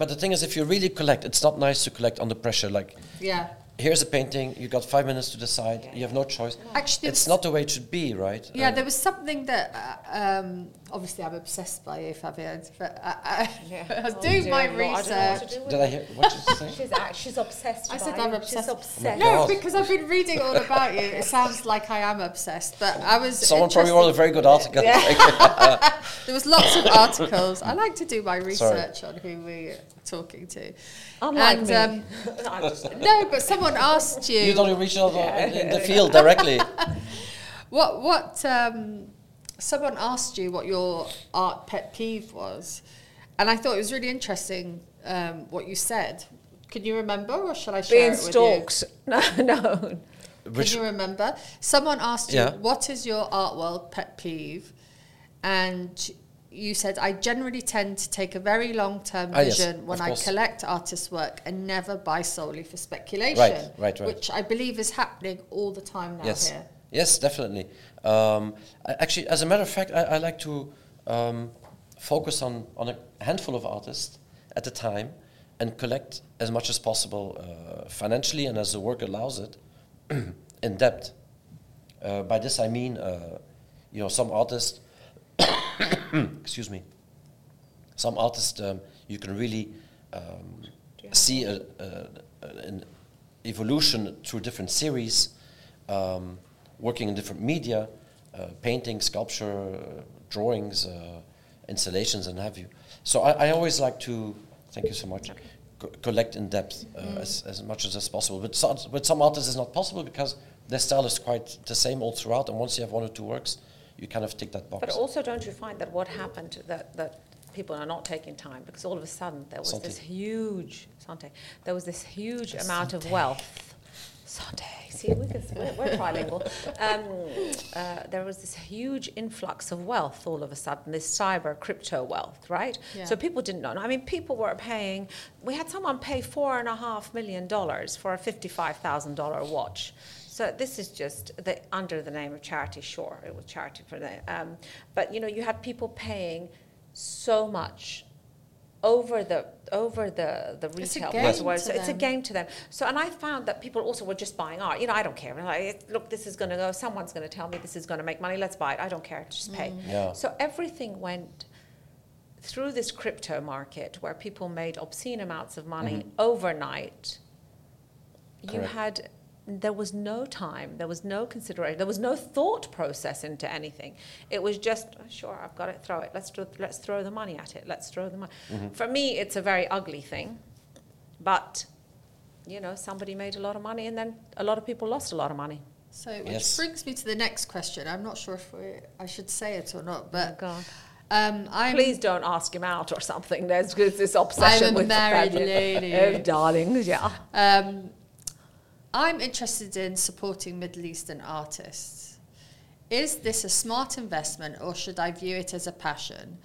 Speaker 3: But the thing is, if you really collect, it's not nice to collect under pressure. Like,
Speaker 1: Yeah.
Speaker 3: here's a painting, you got five minutes to decide,
Speaker 2: Yeah.
Speaker 3: you have no choice.
Speaker 2: Hmm.
Speaker 1: Actually,
Speaker 3: It's not the way it should be, right?
Speaker 1: Yeah,
Speaker 3: Uh,
Speaker 1: there was something that uh, um, obviously I'm obsessed by you, Fabian, but I, I, I was
Speaker 2: Oh,
Speaker 1: doing
Speaker 2: dear
Speaker 1: my
Speaker 2: Lord, I don't know what to
Speaker 1: research.
Speaker 2: do with
Speaker 3: did I hear what did you say?
Speaker 2: She's act- she's obsessed.
Speaker 1: I said
Speaker 2: by
Speaker 1: I'm
Speaker 2: it.
Speaker 1: obsessed.
Speaker 2: She's obsessed.
Speaker 3: God.
Speaker 1: No, because I've been reading all about you. It sounds like I am obsessed, but I was.
Speaker 3: Someone probably wrote a
Speaker 1: interested-
Speaker 3: very good article.
Speaker 1: There was lots of articles. I like to do my research on who we're talking to.
Speaker 2: Unlike
Speaker 1: And,
Speaker 2: me.
Speaker 1: um,
Speaker 2: I'm just-
Speaker 1: No, but someone asked you.
Speaker 3: you don't reach out uh, in the field directly.
Speaker 1: What what um, someone asked you what your art pet peeve was, and I thought it was really interesting um, what you said. Can you remember, or shall I share
Speaker 2: being
Speaker 1: it with
Speaker 2: stalked. No, no.
Speaker 1: you?
Speaker 3: Which-
Speaker 1: Can you remember? Someone asked you
Speaker 3: Yeah.
Speaker 1: what is your art world pet peeve, and you said I generally tend to take a very long term
Speaker 3: Ah, yes,
Speaker 1: vision when
Speaker 3: of
Speaker 1: I
Speaker 3: course.
Speaker 1: collect artists' work and never buy solely for speculation.
Speaker 3: right, right.
Speaker 1: Which I believe is happening all the time now
Speaker 3: yes,
Speaker 1: here.
Speaker 3: yes, definitely. Um, I, actually, as a matter of fact, I, I like to um, focus on, on a handful of artists at a time and collect as much as possible uh, financially and as the work allows it in depth. Uh, by this, I mean, uh, you know, some artists, excuse me, some artists um, you can really um,
Speaker 2: Do you have-
Speaker 3: see a, a, an evolution through different series, um, working in different media, uh, painting, sculpture, uh, drawings, uh, installations, and have you. So I, I always like to, thank you so much, co- collect in depth uh,
Speaker 2: Mm-hmm.
Speaker 3: as, as much as is possible. But some, with some artists, it's not possible because their style is quite the same all throughout, and once you have one or two works, you kind of tick that box.
Speaker 2: But also, don't you find that what happened that that people are not taking time because all of a sudden there was this
Speaker 3: Santé.
Speaker 2: huge Sante, there was this huge amount of wealth. Sante, see, we can, we're, we're trilingual. Um, uh, there was this huge influx of wealth all of a sudden, this cyber crypto wealth, right?
Speaker 1: Yeah.
Speaker 2: So people didn't know. I mean, people were paying. We had someone pay four and a half million dollars for a fifty-five thousand dollar watch. So this is just the, under the name of charity. Sure, it was charity for the. Um, but you know, you had people paying so much over the over the the
Speaker 1: It's a
Speaker 2: retail
Speaker 1: game
Speaker 2: price. Well,
Speaker 1: to
Speaker 2: so it's a
Speaker 1: them.
Speaker 2: game to them. So and I found that people also were just buying art. You know, I don't care. Like, look, this is going to go. Someone's going to tell me this is going to make money. Let's buy it. I don't care. Just pay.
Speaker 1: Mm.
Speaker 3: Yeah.
Speaker 2: So everything went through this crypto market where people made obscene amounts of money overnight. You
Speaker 3: Correct.
Speaker 2: had there was no time, there was no consideration, there was no thought process into anything. It was just "Oh, sure, I've got it, throw it. Let's throw, let's throw the money at it. Let's throw the money. For me, it's a very ugly thing, but you know, somebody made a lot of money, and then a lot of people lost a lot of money.
Speaker 1: So, which
Speaker 3: Yes.
Speaker 1: brings me to the next question. I'm not sure if we, I should say it or not,
Speaker 2: Oh
Speaker 1: but
Speaker 2: God.
Speaker 1: um, I'm
Speaker 2: Please don't ask him out or something. There's there's this obsession
Speaker 1: I'm a
Speaker 2: with the
Speaker 1: married
Speaker 2: family. Oh,
Speaker 1: lady.
Speaker 2: darlings, yeah.
Speaker 1: Um, I'm interested in supporting Middle Eastern artists. Is this a smart investment, or should I view it as a passion?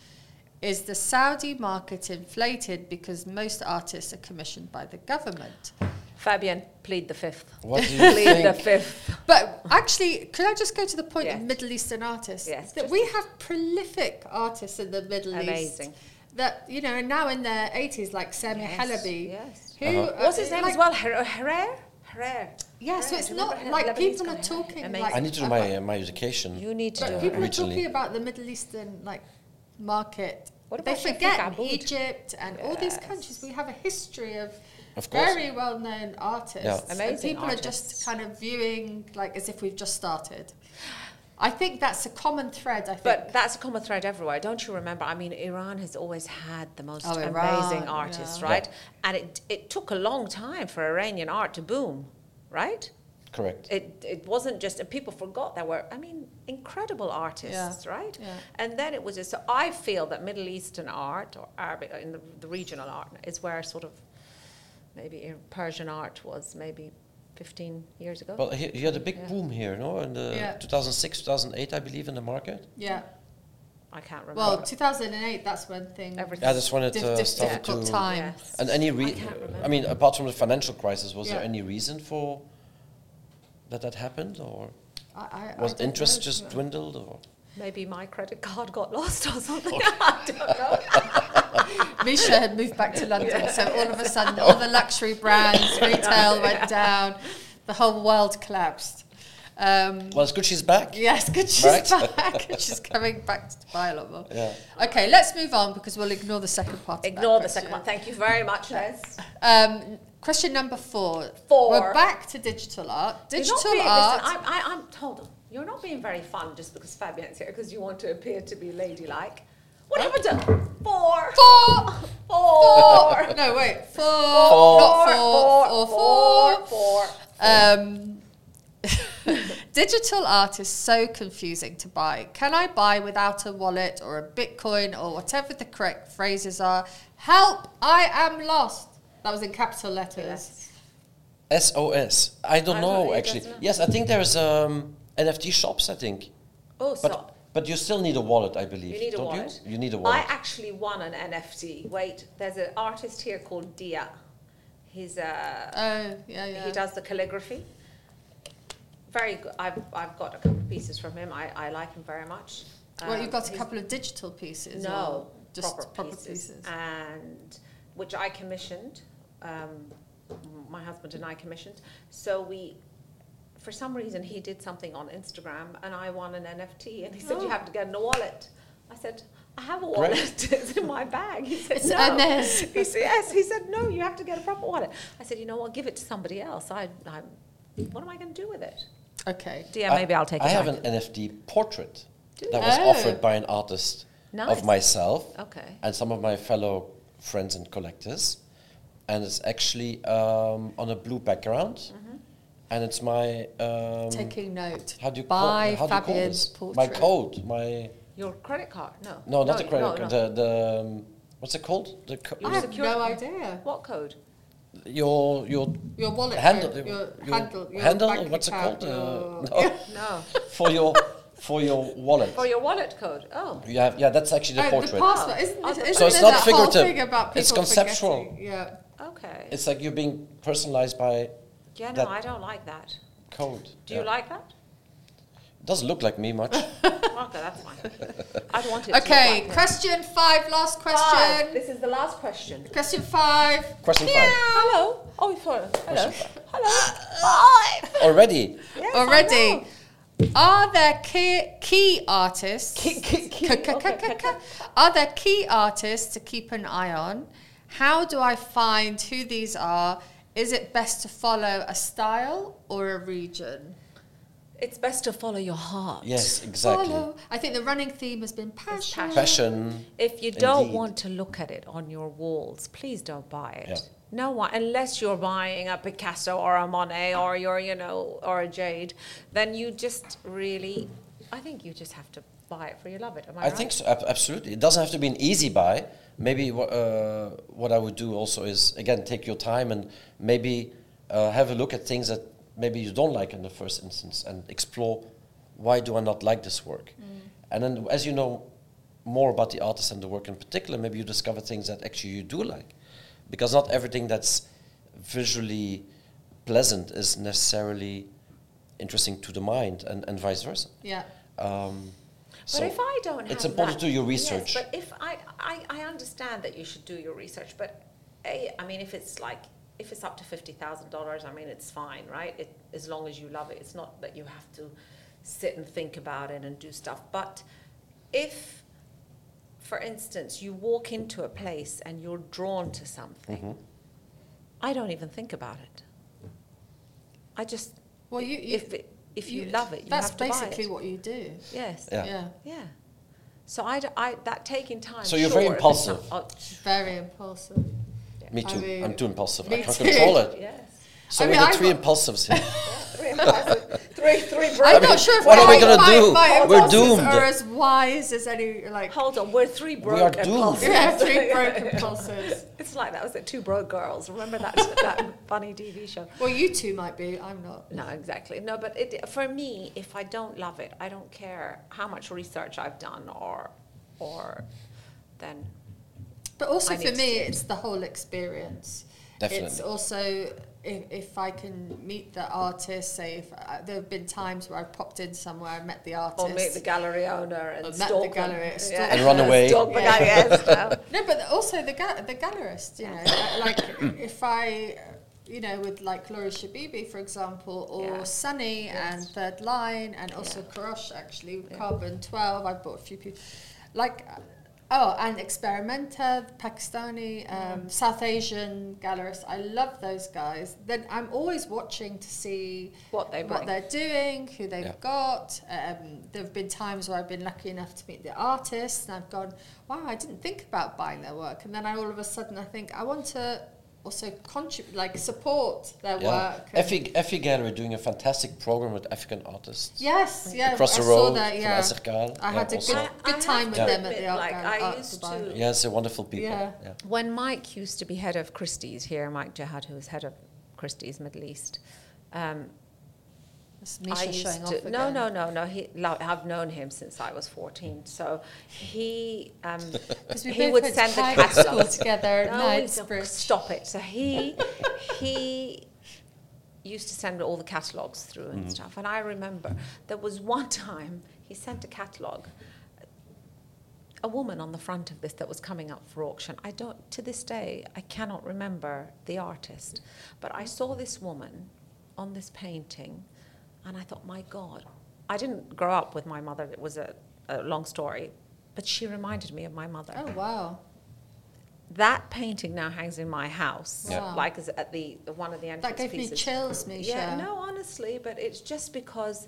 Speaker 1: Is the Saudi market inflated because most artists are commissioned by the government?
Speaker 2: Fabian, plead the fifth.
Speaker 3: what do you
Speaker 2: Plead the
Speaker 3: think?
Speaker 2: fifth.
Speaker 1: But actually, could I just go to the point
Speaker 2: Yes.
Speaker 1: of Middle Eastern artists?
Speaker 2: Yes,
Speaker 1: That
Speaker 2: just-
Speaker 1: we have prolific artists in the Middle East.
Speaker 2: Amazing.
Speaker 1: That, you know, are now in their 80s, like Sami
Speaker 2: Yes,
Speaker 1: Halabi.
Speaker 2: yes.
Speaker 1: Who,
Speaker 3: Uh-huh.
Speaker 2: What's his name
Speaker 1: like-
Speaker 2: as well? Her- Herrera? Herrera.
Speaker 1: Yeah, so
Speaker 2: Herrera,
Speaker 1: it's
Speaker 2: do you remember
Speaker 1: not
Speaker 2: him?
Speaker 1: like
Speaker 2: Lebanese
Speaker 1: people
Speaker 2: guy,
Speaker 1: are
Speaker 2: Herrera.
Speaker 1: talking
Speaker 2: Amazing.
Speaker 1: like-
Speaker 3: I need to do my, uh, my education.
Speaker 2: You need to
Speaker 1: But
Speaker 2: do it.
Speaker 1: people are
Speaker 3: originally.
Speaker 1: talking about the Middle Eastern like market.
Speaker 2: What
Speaker 1: they
Speaker 2: about Shafiq
Speaker 1: forget
Speaker 2: Aboud?
Speaker 1: Egypt and all these
Speaker 2: Yes.
Speaker 1: countries. We have a history of,
Speaker 3: Of course.
Speaker 1: very well known artists.
Speaker 3: Yeah.
Speaker 1: and
Speaker 2: Amazing
Speaker 1: people are
Speaker 2: artists.
Speaker 1: just kind of viewing like as if we've just started. I think that's a common thread. I think.
Speaker 2: But that's a common thread everywhere. Don't you remember? I mean, Iran has always had the most
Speaker 1: Oh,
Speaker 2: amazing
Speaker 1: Iran,
Speaker 2: artists,
Speaker 1: yeah.
Speaker 2: right? And it, it took a long time for Iranian art to boom, right?
Speaker 3: Correct.
Speaker 2: It, it wasn't just, and people forgot there were, I mean, incredible artists, right?
Speaker 1: Yeah.
Speaker 2: And then it was just, so I feel that Middle Eastern art or Arabic, in the, the regional art, is where sort of maybe Ir- Persian art was maybe 15 years ago.
Speaker 3: Well, he, he had a big
Speaker 2: Yeah.
Speaker 3: boom here, no, in the
Speaker 1: Yeah.
Speaker 3: 2006, 2008, I believe, in the market.
Speaker 1: yeah.
Speaker 2: I can't remember.
Speaker 1: Well, 2008. That's when things.
Speaker 2: Everything.
Speaker 3: Yeah, that's when it
Speaker 1: Dif-
Speaker 3: uh,
Speaker 1: dif-
Speaker 3: started
Speaker 1: difficult
Speaker 3: to.
Speaker 1: time.
Speaker 2: Yes.
Speaker 3: And any
Speaker 2: I
Speaker 3: re-
Speaker 2: can't
Speaker 3: I
Speaker 2: remember.
Speaker 3: mean, apart from the financial crisis, was there
Speaker 1: Yeah.
Speaker 3: any reason for that that happened, or
Speaker 1: I, I, I
Speaker 3: was
Speaker 1: don't
Speaker 3: interest
Speaker 1: know,
Speaker 3: just
Speaker 1: to be honest.
Speaker 3: dwindled, or
Speaker 2: Maybe my credit card got lost or something. I don't know.
Speaker 1: Misha had moved back to London, so all of a sudden, all the luxury brands, retail went down, the whole world collapsed. Um,
Speaker 3: well, it's good she's back.
Speaker 1: yes, good. She's
Speaker 3: Right.
Speaker 1: back. she's coming back to buy a lot more.
Speaker 3: Yeah.
Speaker 1: Okay, let's move on because we'll ignore the second part. of that
Speaker 2: Ignore the second
Speaker 1: question.
Speaker 2: one. Thank you very much, Les.
Speaker 1: Um, question number four.
Speaker 2: Four.
Speaker 1: We're back to digital art.
Speaker 2: You're not
Speaker 1: Digital
Speaker 2: being-
Speaker 1: art.
Speaker 2: Listen, I, I, I'm told you're not being very fun just because Fabian's here because you want to appear to be ladylike. What happened to four?
Speaker 1: Four.
Speaker 2: Four.
Speaker 1: Four. No, wait. Four.
Speaker 3: Four.
Speaker 1: Not four. Or four.
Speaker 2: four, four.
Speaker 1: Um, digital art is so confusing to buy. Can I buy without a wallet or a Bitcoin or whatever the correct phrases are? Help! I am lost. That was in capital letters.
Speaker 2: Yes.
Speaker 3: SOS. I don't
Speaker 2: I don't
Speaker 3: know
Speaker 2: know, it
Speaker 3: actually.
Speaker 2: doesn't-
Speaker 3: Yes, I think there's um, NFT shops. I think,
Speaker 2: Oh,
Speaker 3: but
Speaker 2: so
Speaker 3: but you still need a wallet, I believe.
Speaker 2: you need a
Speaker 3: don't
Speaker 2: wallet.
Speaker 3: You? you need a wallet.
Speaker 2: I actually won an NFT. Wait, there's an artist here called Dia. He's a
Speaker 1: Oh, yeah, yeah.
Speaker 2: He does the calligraphy. Very good. I've, I've got a couple of pieces from him. I, I like him very much.
Speaker 1: Well,
Speaker 2: Um,
Speaker 1: you've got a
Speaker 2: he's-
Speaker 1: couple of digital pieces.
Speaker 2: No,
Speaker 1: or just proper, pieces.
Speaker 2: And which I commissioned. Um, my husband and I commissioned. So we, for some reason, he did something on Instagram and I won an NFT. And he said, You
Speaker 1: Oh.
Speaker 2: have to get in a wallet. I said, I have a
Speaker 3: Great.
Speaker 2: wallet. it's in my bag. He said,
Speaker 1: It's
Speaker 2: no.
Speaker 1: Ernest.
Speaker 2: He said, yes. He said, no, you have to get a proper wallet. I said, you know what? Give it to somebody else. I, I'm, what am I going to do with it?
Speaker 1: Okay.
Speaker 2: Yeah, maybe I'll take
Speaker 3: I
Speaker 2: it
Speaker 3: have
Speaker 2: back.
Speaker 3: an NFT portrait
Speaker 2: Do
Speaker 3: that was
Speaker 1: you?
Speaker 3: offered by an artist
Speaker 2: Nice.
Speaker 3: of myself
Speaker 2: Okay.
Speaker 3: and some of my fellow friends and collectors, and it's actually um, on a blue background, and it's my um,
Speaker 1: Taking note.
Speaker 3: how do you
Speaker 1: By
Speaker 3: call, how do you call
Speaker 1: Fabian's
Speaker 3: this?
Speaker 1: portrait.
Speaker 3: My code, my
Speaker 2: Your credit card? No.
Speaker 3: no, not the
Speaker 2: you-
Speaker 3: credit,
Speaker 2: no, no.
Speaker 3: card, the the um, what's it called? The co-
Speaker 1: I
Speaker 2: Your
Speaker 1: have
Speaker 2: security-
Speaker 1: no idea.
Speaker 2: What code?
Speaker 3: your your
Speaker 1: Your wallet.
Speaker 3: handle,
Speaker 1: code, your,
Speaker 3: your
Speaker 1: handle. Your
Speaker 3: handle,
Speaker 1: bank
Speaker 3: what's it
Speaker 1: account,
Speaker 3: called? Uh,
Speaker 1: your-
Speaker 3: no,
Speaker 2: No.
Speaker 3: for your for your wallet.
Speaker 2: For your wallet code? Oh.
Speaker 3: you have, yeah, that's actually the
Speaker 1: Oh,
Speaker 3: portrait.
Speaker 1: password, isn't,
Speaker 2: Oh,
Speaker 1: it,
Speaker 2: the
Speaker 1: isn't
Speaker 3: So it's
Speaker 1: there
Speaker 3: not
Speaker 1: that whole
Speaker 3: figurative.
Speaker 1: thing about people
Speaker 3: It's conceptual.
Speaker 1: forgetting? Yeah.
Speaker 2: Okay.
Speaker 3: It's like you're being personalized by
Speaker 2: yeah, no,
Speaker 3: that-
Speaker 2: I don't like that.
Speaker 3: code.
Speaker 2: Do you
Speaker 3: Yeah.
Speaker 2: like that?
Speaker 3: Doesn't look like me much.
Speaker 2: okay, that's fine. I'd want it to
Speaker 1: Okay,
Speaker 2: look like that.
Speaker 1: question five, last question.
Speaker 2: Five. This is the last question.
Speaker 1: Question five.
Speaker 3: Question five.
Speaker 2: Hello. Oh, sorry. Hello. Hello. Five.
Speaker 3: Already.
Speaker 2: Yes, I know.
Speaker 1: Already, are there key, key artists?
Speaker 2: Key- key- key.
Speaker 1: K- k-
Speaker 2: Okay,
Speaker 1: k-
Speaker 2: okay.
Speaker 1: k- Are there key artists to keep an eye on? How do I find who these are? Is it best to follow a style or a region?
Speaker 2: It's best to follow your heart.
Speaker 3: Yes, exactly.
Speaker 1: Follow. I think the running theme has been passion.
Speaker 2: passion.
Speaker 3: Fashion.
Speaker 2: If you don't
Speaker 3: Indeed.
Speaker 2: want to look at it on your walls, please don't buy it.
Speaker 3: Yeah.
Speaker 2: No one, unless you're buying a Picasso or a Monet or your, you know, or a Jade, then you just really, I think you just have to buy it for you love it. Am I,
Speaker 3: I think so, ab- absolutely. It doesn't have to be an easy buy. Maybe wha- uh, what I would do also is, again, take your time and maybe uh, have a look at things that maybe you don't like in the first instance and explore why do I not like this work?
Speaker 2: Mm.
Speaker 3: And then, as you know more about the artist and the work in particular, maybe you discover things that actually you do like. Because not everything that's visually pleasant is necessarily interesting to the mind and, and vice versa.
Speaker 1: Yeah.
Speaker 3: Um,
Speaker 2: But if I don't
Speaker 3: it's
Speaker 2: have
Speaker 3: important
Speaker 2: that-
Speaker 3: to do your
Speaker 2: Yes,
Speaker 3: research.
Speaker 2: but if I, I, I understand that you should do your research, but A, I mean, if it's like, if it's up to $50,000, I mean, it's fine, right? It, as long as you love it. It's not that you have to sit and think about it and do stuff. But if, for instance, you walk into a place and you're drawn to something,
Speaker 3: Mm-hmm.
Speaker 2: I don't even think about it. I just,
Speaker 1: Well, you, you
Speaker 2: if it, if you, love it, you
Speaker 1: that's
Speaker 2: have to
Speaker 1: basically
Speaker 2: buy
Speaker 1: what you do.
Speaker 2: it. Yes.
Speaker 3: Yeah.
Speaker 1: yeah.
Speaker 2: Yeah. So I, d- I- that taking time.
Speaker 3: So you're very
Speaker 2: sure, if it's
Speaker 3: impulsive.
Speaker 2: not- oh,
Speaker 1: Very impulsive.
Speaker 3: Me
Speaker 1: I
Speaker 3: too. I
Speaker 1: mean,
Speaker 3: am too impulsive. I
Speaker 1: me
Speaker 3: can't
Speaker 1: too.
Speaker 3: control it.
Speaker 2: yes.
Speaker 3: So
Speaker 1: I
Speaker 3: we're
Speaker 1: mean,
Speaker 3: the
Speaker 1: I
Speaker 3: three
Speaker 1: got-
Speaker 3: impulsive here.
Speaker 2: Three impulsive. three, three
Speaker 1: I'm
Speaker 2: bros.
Speaker 1: not sure if
Speaker 3: what are we
Speaker 1: my-
Speaker 3: gonna
Speaker 1: my-
Speaker 3: do?
Speaker 1: my
Speaker 3: We're
Speaker 1: impulses
Speaker 3: doomed.
Speaker 1: Are as wise as any like
Speaker 2: Hold on, we're three broke
Speaker 3: are doomed.
Speaker 2: impulsives.
Speaker 1: yeah, three broken impulses.
Speaker 2: It's like that was the two broke girls. Remember that that funny TV show?
Speaker 1: Well, you two might be. I'm not.
Speaker 2: No, exactly. No, but it, for me, if I don't love it, I don't care how much research I've done or or then
Speaker 1: But also
Speaker 2: I
Speaker 1: for
Speaker 2: need to
Speaker 1: me, it's the whole experience. It's
Speaker 3: Definitely.
Speaker 1: also if, if I can meet the artist. Say if I, there have been times where I've popped in somewhere, I met the artist,
Speaker 2: or meet the gallery owner and
Speaker 1: Or met the
Speaker 2: stalk
Speaker 1: gallery,
Speaker 2: them.
Speaker 1: stalk
Speaker 3: And run away.
Speaker 2: Stalk the guy, yes, no.
Speaker 1: No, but also the ga- the gallerist, you know, uh, like if I, uh, you know, with like Laura Shabibi, for example, or
Speaker 2: Yeah.
Speaker 1: Sunny and
Speaker 2: Yes.
Speaker 1: Third Line, and also Karosh actually, with Carbon Twelve. I bought a few people, like. uh, Oh, and Experimenta, Pakistani, um, South Asian gallerists. I love those guys. Then I'm always watching to see
Speaker 2: What they
Speaker 1: what
Speaker 2: bring.
Speaker 1: they're doing, who they've
Speaker 3: Yeah.
Speaker 1: got. Um, there have been times where I've been lucky enough to meet the artists, and I've gone, wow, I didn't think about buying their work, and then I all of a sudden I think I want to also contribute, like support their
Speaker 3: Yeah.
Speaker 1: work. and-
Speaker 3: Effie, Effie Gallery doing a fantastic program with African artists
Speaker 1: yes, yeah,
Speaker 3: across
Speaker 1: I
Speaker 3: the
Speaker 1: saw
Speaker 3: road
Speaker 1: that.
Speaker 3: from
Speaker 1: Yeah,
Speaker 3: Azerkal.
Speaker 1: I
Speaker 3: Yeah,
Speaker 1: had a
Speaker 3: also.
Speaker 1: good,
Speaker 2: I- I
Speaker 1: good time
Speaker 2: have
Speaker 1: with
Speaker 2: to
Speaker 1: them at
Speaker 2: admit,
Speaker 1: the art,
Speaker 2: like,
Speaker 1: gal-
Speaker 2: I
Speaker 1: art
Speaker 2: used
Speaker 1: Dubai.
Speaker 2: to-
Speaker 3: Yes, they're wonderful people.
Speaker 1: Yeah.
Speaker 3: yeah.
Speaker 2: When Mike used to be head of Christie's here, Mike Jihad, who was head of Christie's Middle East, um,
Speaker 1: It's Misha showing off
Speaker 2: no,
Speaker 1: again.
Speaker 2: no, no, no. He, lo- I've known him since I was fourteen. So he, um,
Speaker 1: 'Cause we
Speaker 2: he
Speaker 1: both
Speaker 2: would
Speaker 1: went
Speaker 2: send
Speaker 1: to
Speaker 2: the
Speaker 1: private school
Speaker 2: catalogue
Speaker 1: together at
Speaker 2: No, we don't.
Speaker 1: Knightsbridge.
Speaker 2: Stop it. So he, he used to send all the catalogs through and stuff. And I remember there was one time he sent a catalog. A woman on the front of this that was coming up for auction. I don't. To this day, I cannot remember the artist, but I saw this woman on this painting, and I thought, my God, I didn't grow up with my mother. It was a, a long story, but she reminded me of my mother
Speaker 1: Oh wow!
Speaker 2: that painting now hangs in my house,
Speaker 1: Yeah. Wow.
Speaker 2: like is at the one of the
Speaker 1: That
Speaker 2: entrance
Speaker 1: gave me
Speaker 2: pieces.
Speaker 1: chills, Misha.
Speaker 2: Yeah, no, honestly, but it's just because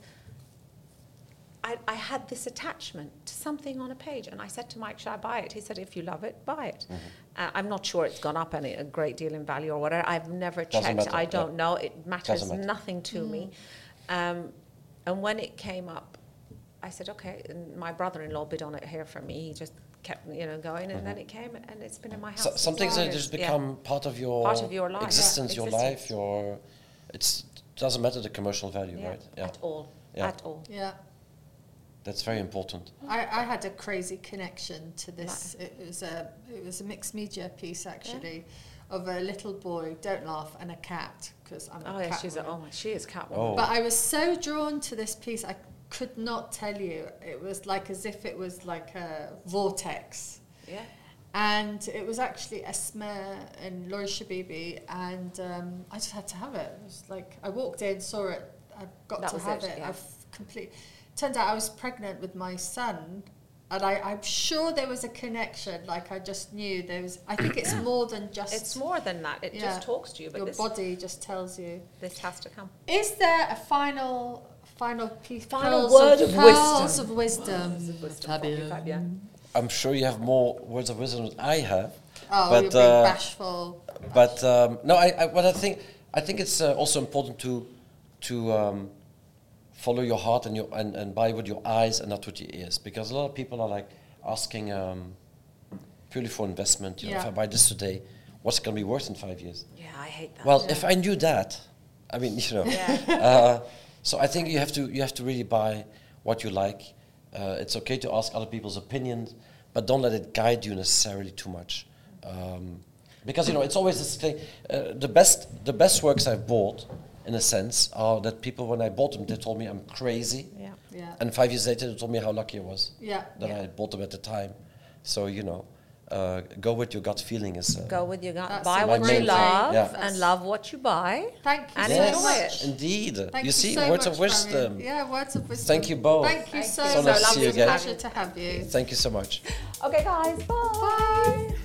Speaker 2: I, I had this attachment to something on a page, and I said to Mike, "Should I buy it?" He said, "If you love it, buy it."
Speaker 3: Mm-hmm.
Speaker 2: Uh, I'm not sure it's gone up any a great deal in value or whatever. I've never
Speaker 3: Doesn't
Speaker 2: checked.
Speaker 3: matter,
Speaker 2: I
Speaker 3: yeah.
Speaker 2: don't know. It matters
Speaker 3: matter.
Speaker 2: nothing to me. Um, and when it came up, I said, "Okay." And my brother-in-law bid on it here for me. He just kept, you know, going, and then it came, and it's been in my house.
Speaker 3: Mm-hmm. So,
Speaker 2: since
Speaker 3: some things that
Speaker 2: I-
Speaker 3: just
Speaker 2: yeah.
Speaker 3: become part of your
Speaker 2: Part of your life, yeah,
Speaker 3: existence, your
Speaker 2: existence.
Speaker 3: life, your. It doesn't matter the commercial value,
Speaker 2: Yeah,
Speaker 3: right? Yeah,
Speaker 2: at all,
Speaker 3: Yeah.
Speaker 2: at all.
Speaker 1: Yeah.
Speaker 3: that's very important.
Speaker 1: I, I had a crazy connection to this. It was a it was a mixed media piece actually, of a little boy. Don't laugh, and a cat because I'm a
Speaker 2: Oh yeah,
Speaker 1: cat.
Speaker 2: she's a,
Speaker 1: woman.
Speaker 2: oh my, she is Catwoman.
Speaker 3: Oh.
Speaker 1: But I was so drawn to this piece, I could not tell you. It was like as if it was like a vortex,
Speaker 2: Yeah,
Speaker 1: and it was actually Esme and Laura Shabibi, and um, I just had to have it. It was like I walked in, saw it, I've got
Speaker 2: That
Speaker 1: to
Speaker 2: was
Speaker 1: have
Speaker 2: it,
Speaker 1: it.
Speaker 2: yeah.
Speaker 1: I've complete. Turned out I was pregnant with my son, and I, I'm sure there was a connection. Like I just knew there was. I think it's more than just
Speaker 2: it's more than that. It
Speaker 1: Yeah.
Speaker 2: just talks to you, but
Speaker 1: your
Speaker 2: this,
Speaker 1: body just tells you.
Speaker 2: this has to come.
Speaker 1: Is there a final, final piece?
Speaker 2: Final
Speaker 1: pearls
Speaker 2: word
Speaker 1: of,
Speaker 2: of
Speaker 1: pearls
Speaker 2: wisdom.
Speaker 1: of wisdom.
Speaker 2: Yeah.
Speaker 3: I'm sure you have more words of wisdom than I have,
Speaker 1: Oh,
Speaker 3: But,
Speaker 1: you're being
Speaker 3: uh,
Speaker 1: bashful.
Speaker 3: but um, no, I, I what I think I think it's uh, also important to to um, follow your heart and your and, and buy with your eyes and not with your ears because a lot of people are like asking um, purely for investment. You know, if
Speaker 1: Yeah.
Speaker 3: I buy this today, what's it going to be worth in five years?
Speaker 2: Yeah, I hate that.
Speaker 3: Well, if I knew that, I mean, you know.
Speaker 2: yeah,
Speaker 3: Uh, so I think you have to you have to really buy what you like. Uh, it's okay to ask other people's opinions, but don't let it guide you necessarily too much, um, because you know it's always this thing. Uh, the best the best works I've bought, in a sense, are that people when I bought them they told me I'm crazy,
Speaker 2: yeah,
Speaker 1: Yeah.
Speaker 3: and five years later they told me how lucky I was
Speaker 1: Yeah.
Speaker 3: that I had bought them at the time. So you know, uh, go with your gut feeling is. Uh,
Speaker 2: go with your gut.
Speaker 1: That's
Speaker 2: buy
Speaker 1: a
Speaker 2: what
Speaker 3: great
Speaker 2: you
Speaker 3: way.
Speaker 2: love
Speaker 3: Yeah.
Speaker 2: and love what you buy.
Speaker 1: Thank you
Speaker 2: And
Speaker 1: so
Speaker 2: enjoy
Speaker 1: much.
Speaker 2: it.
Speaker 3: indeed.
Speaker 1: Thank
Speaker 3: you see,
Speaker 1: so
Speaker 3: words
Speaker 1: much,
Speaker 3: of wisdom.
Speaker 1: Marion. Yeah, words of wisdom.
Speaker 3: Thank you both.
Speaker 1: Thank you
Speaker 2: Thank
Speaker 1: so much.
Speaker 2: you. So
Speaker 1: It's a
Speaker 2: lovely to
Speaker 1: pleasure
Speaker 2: have you.
Speaker 1: to have you.
Speaker 3: Thank you so much.
Speaker 2: Okay, guys, bye.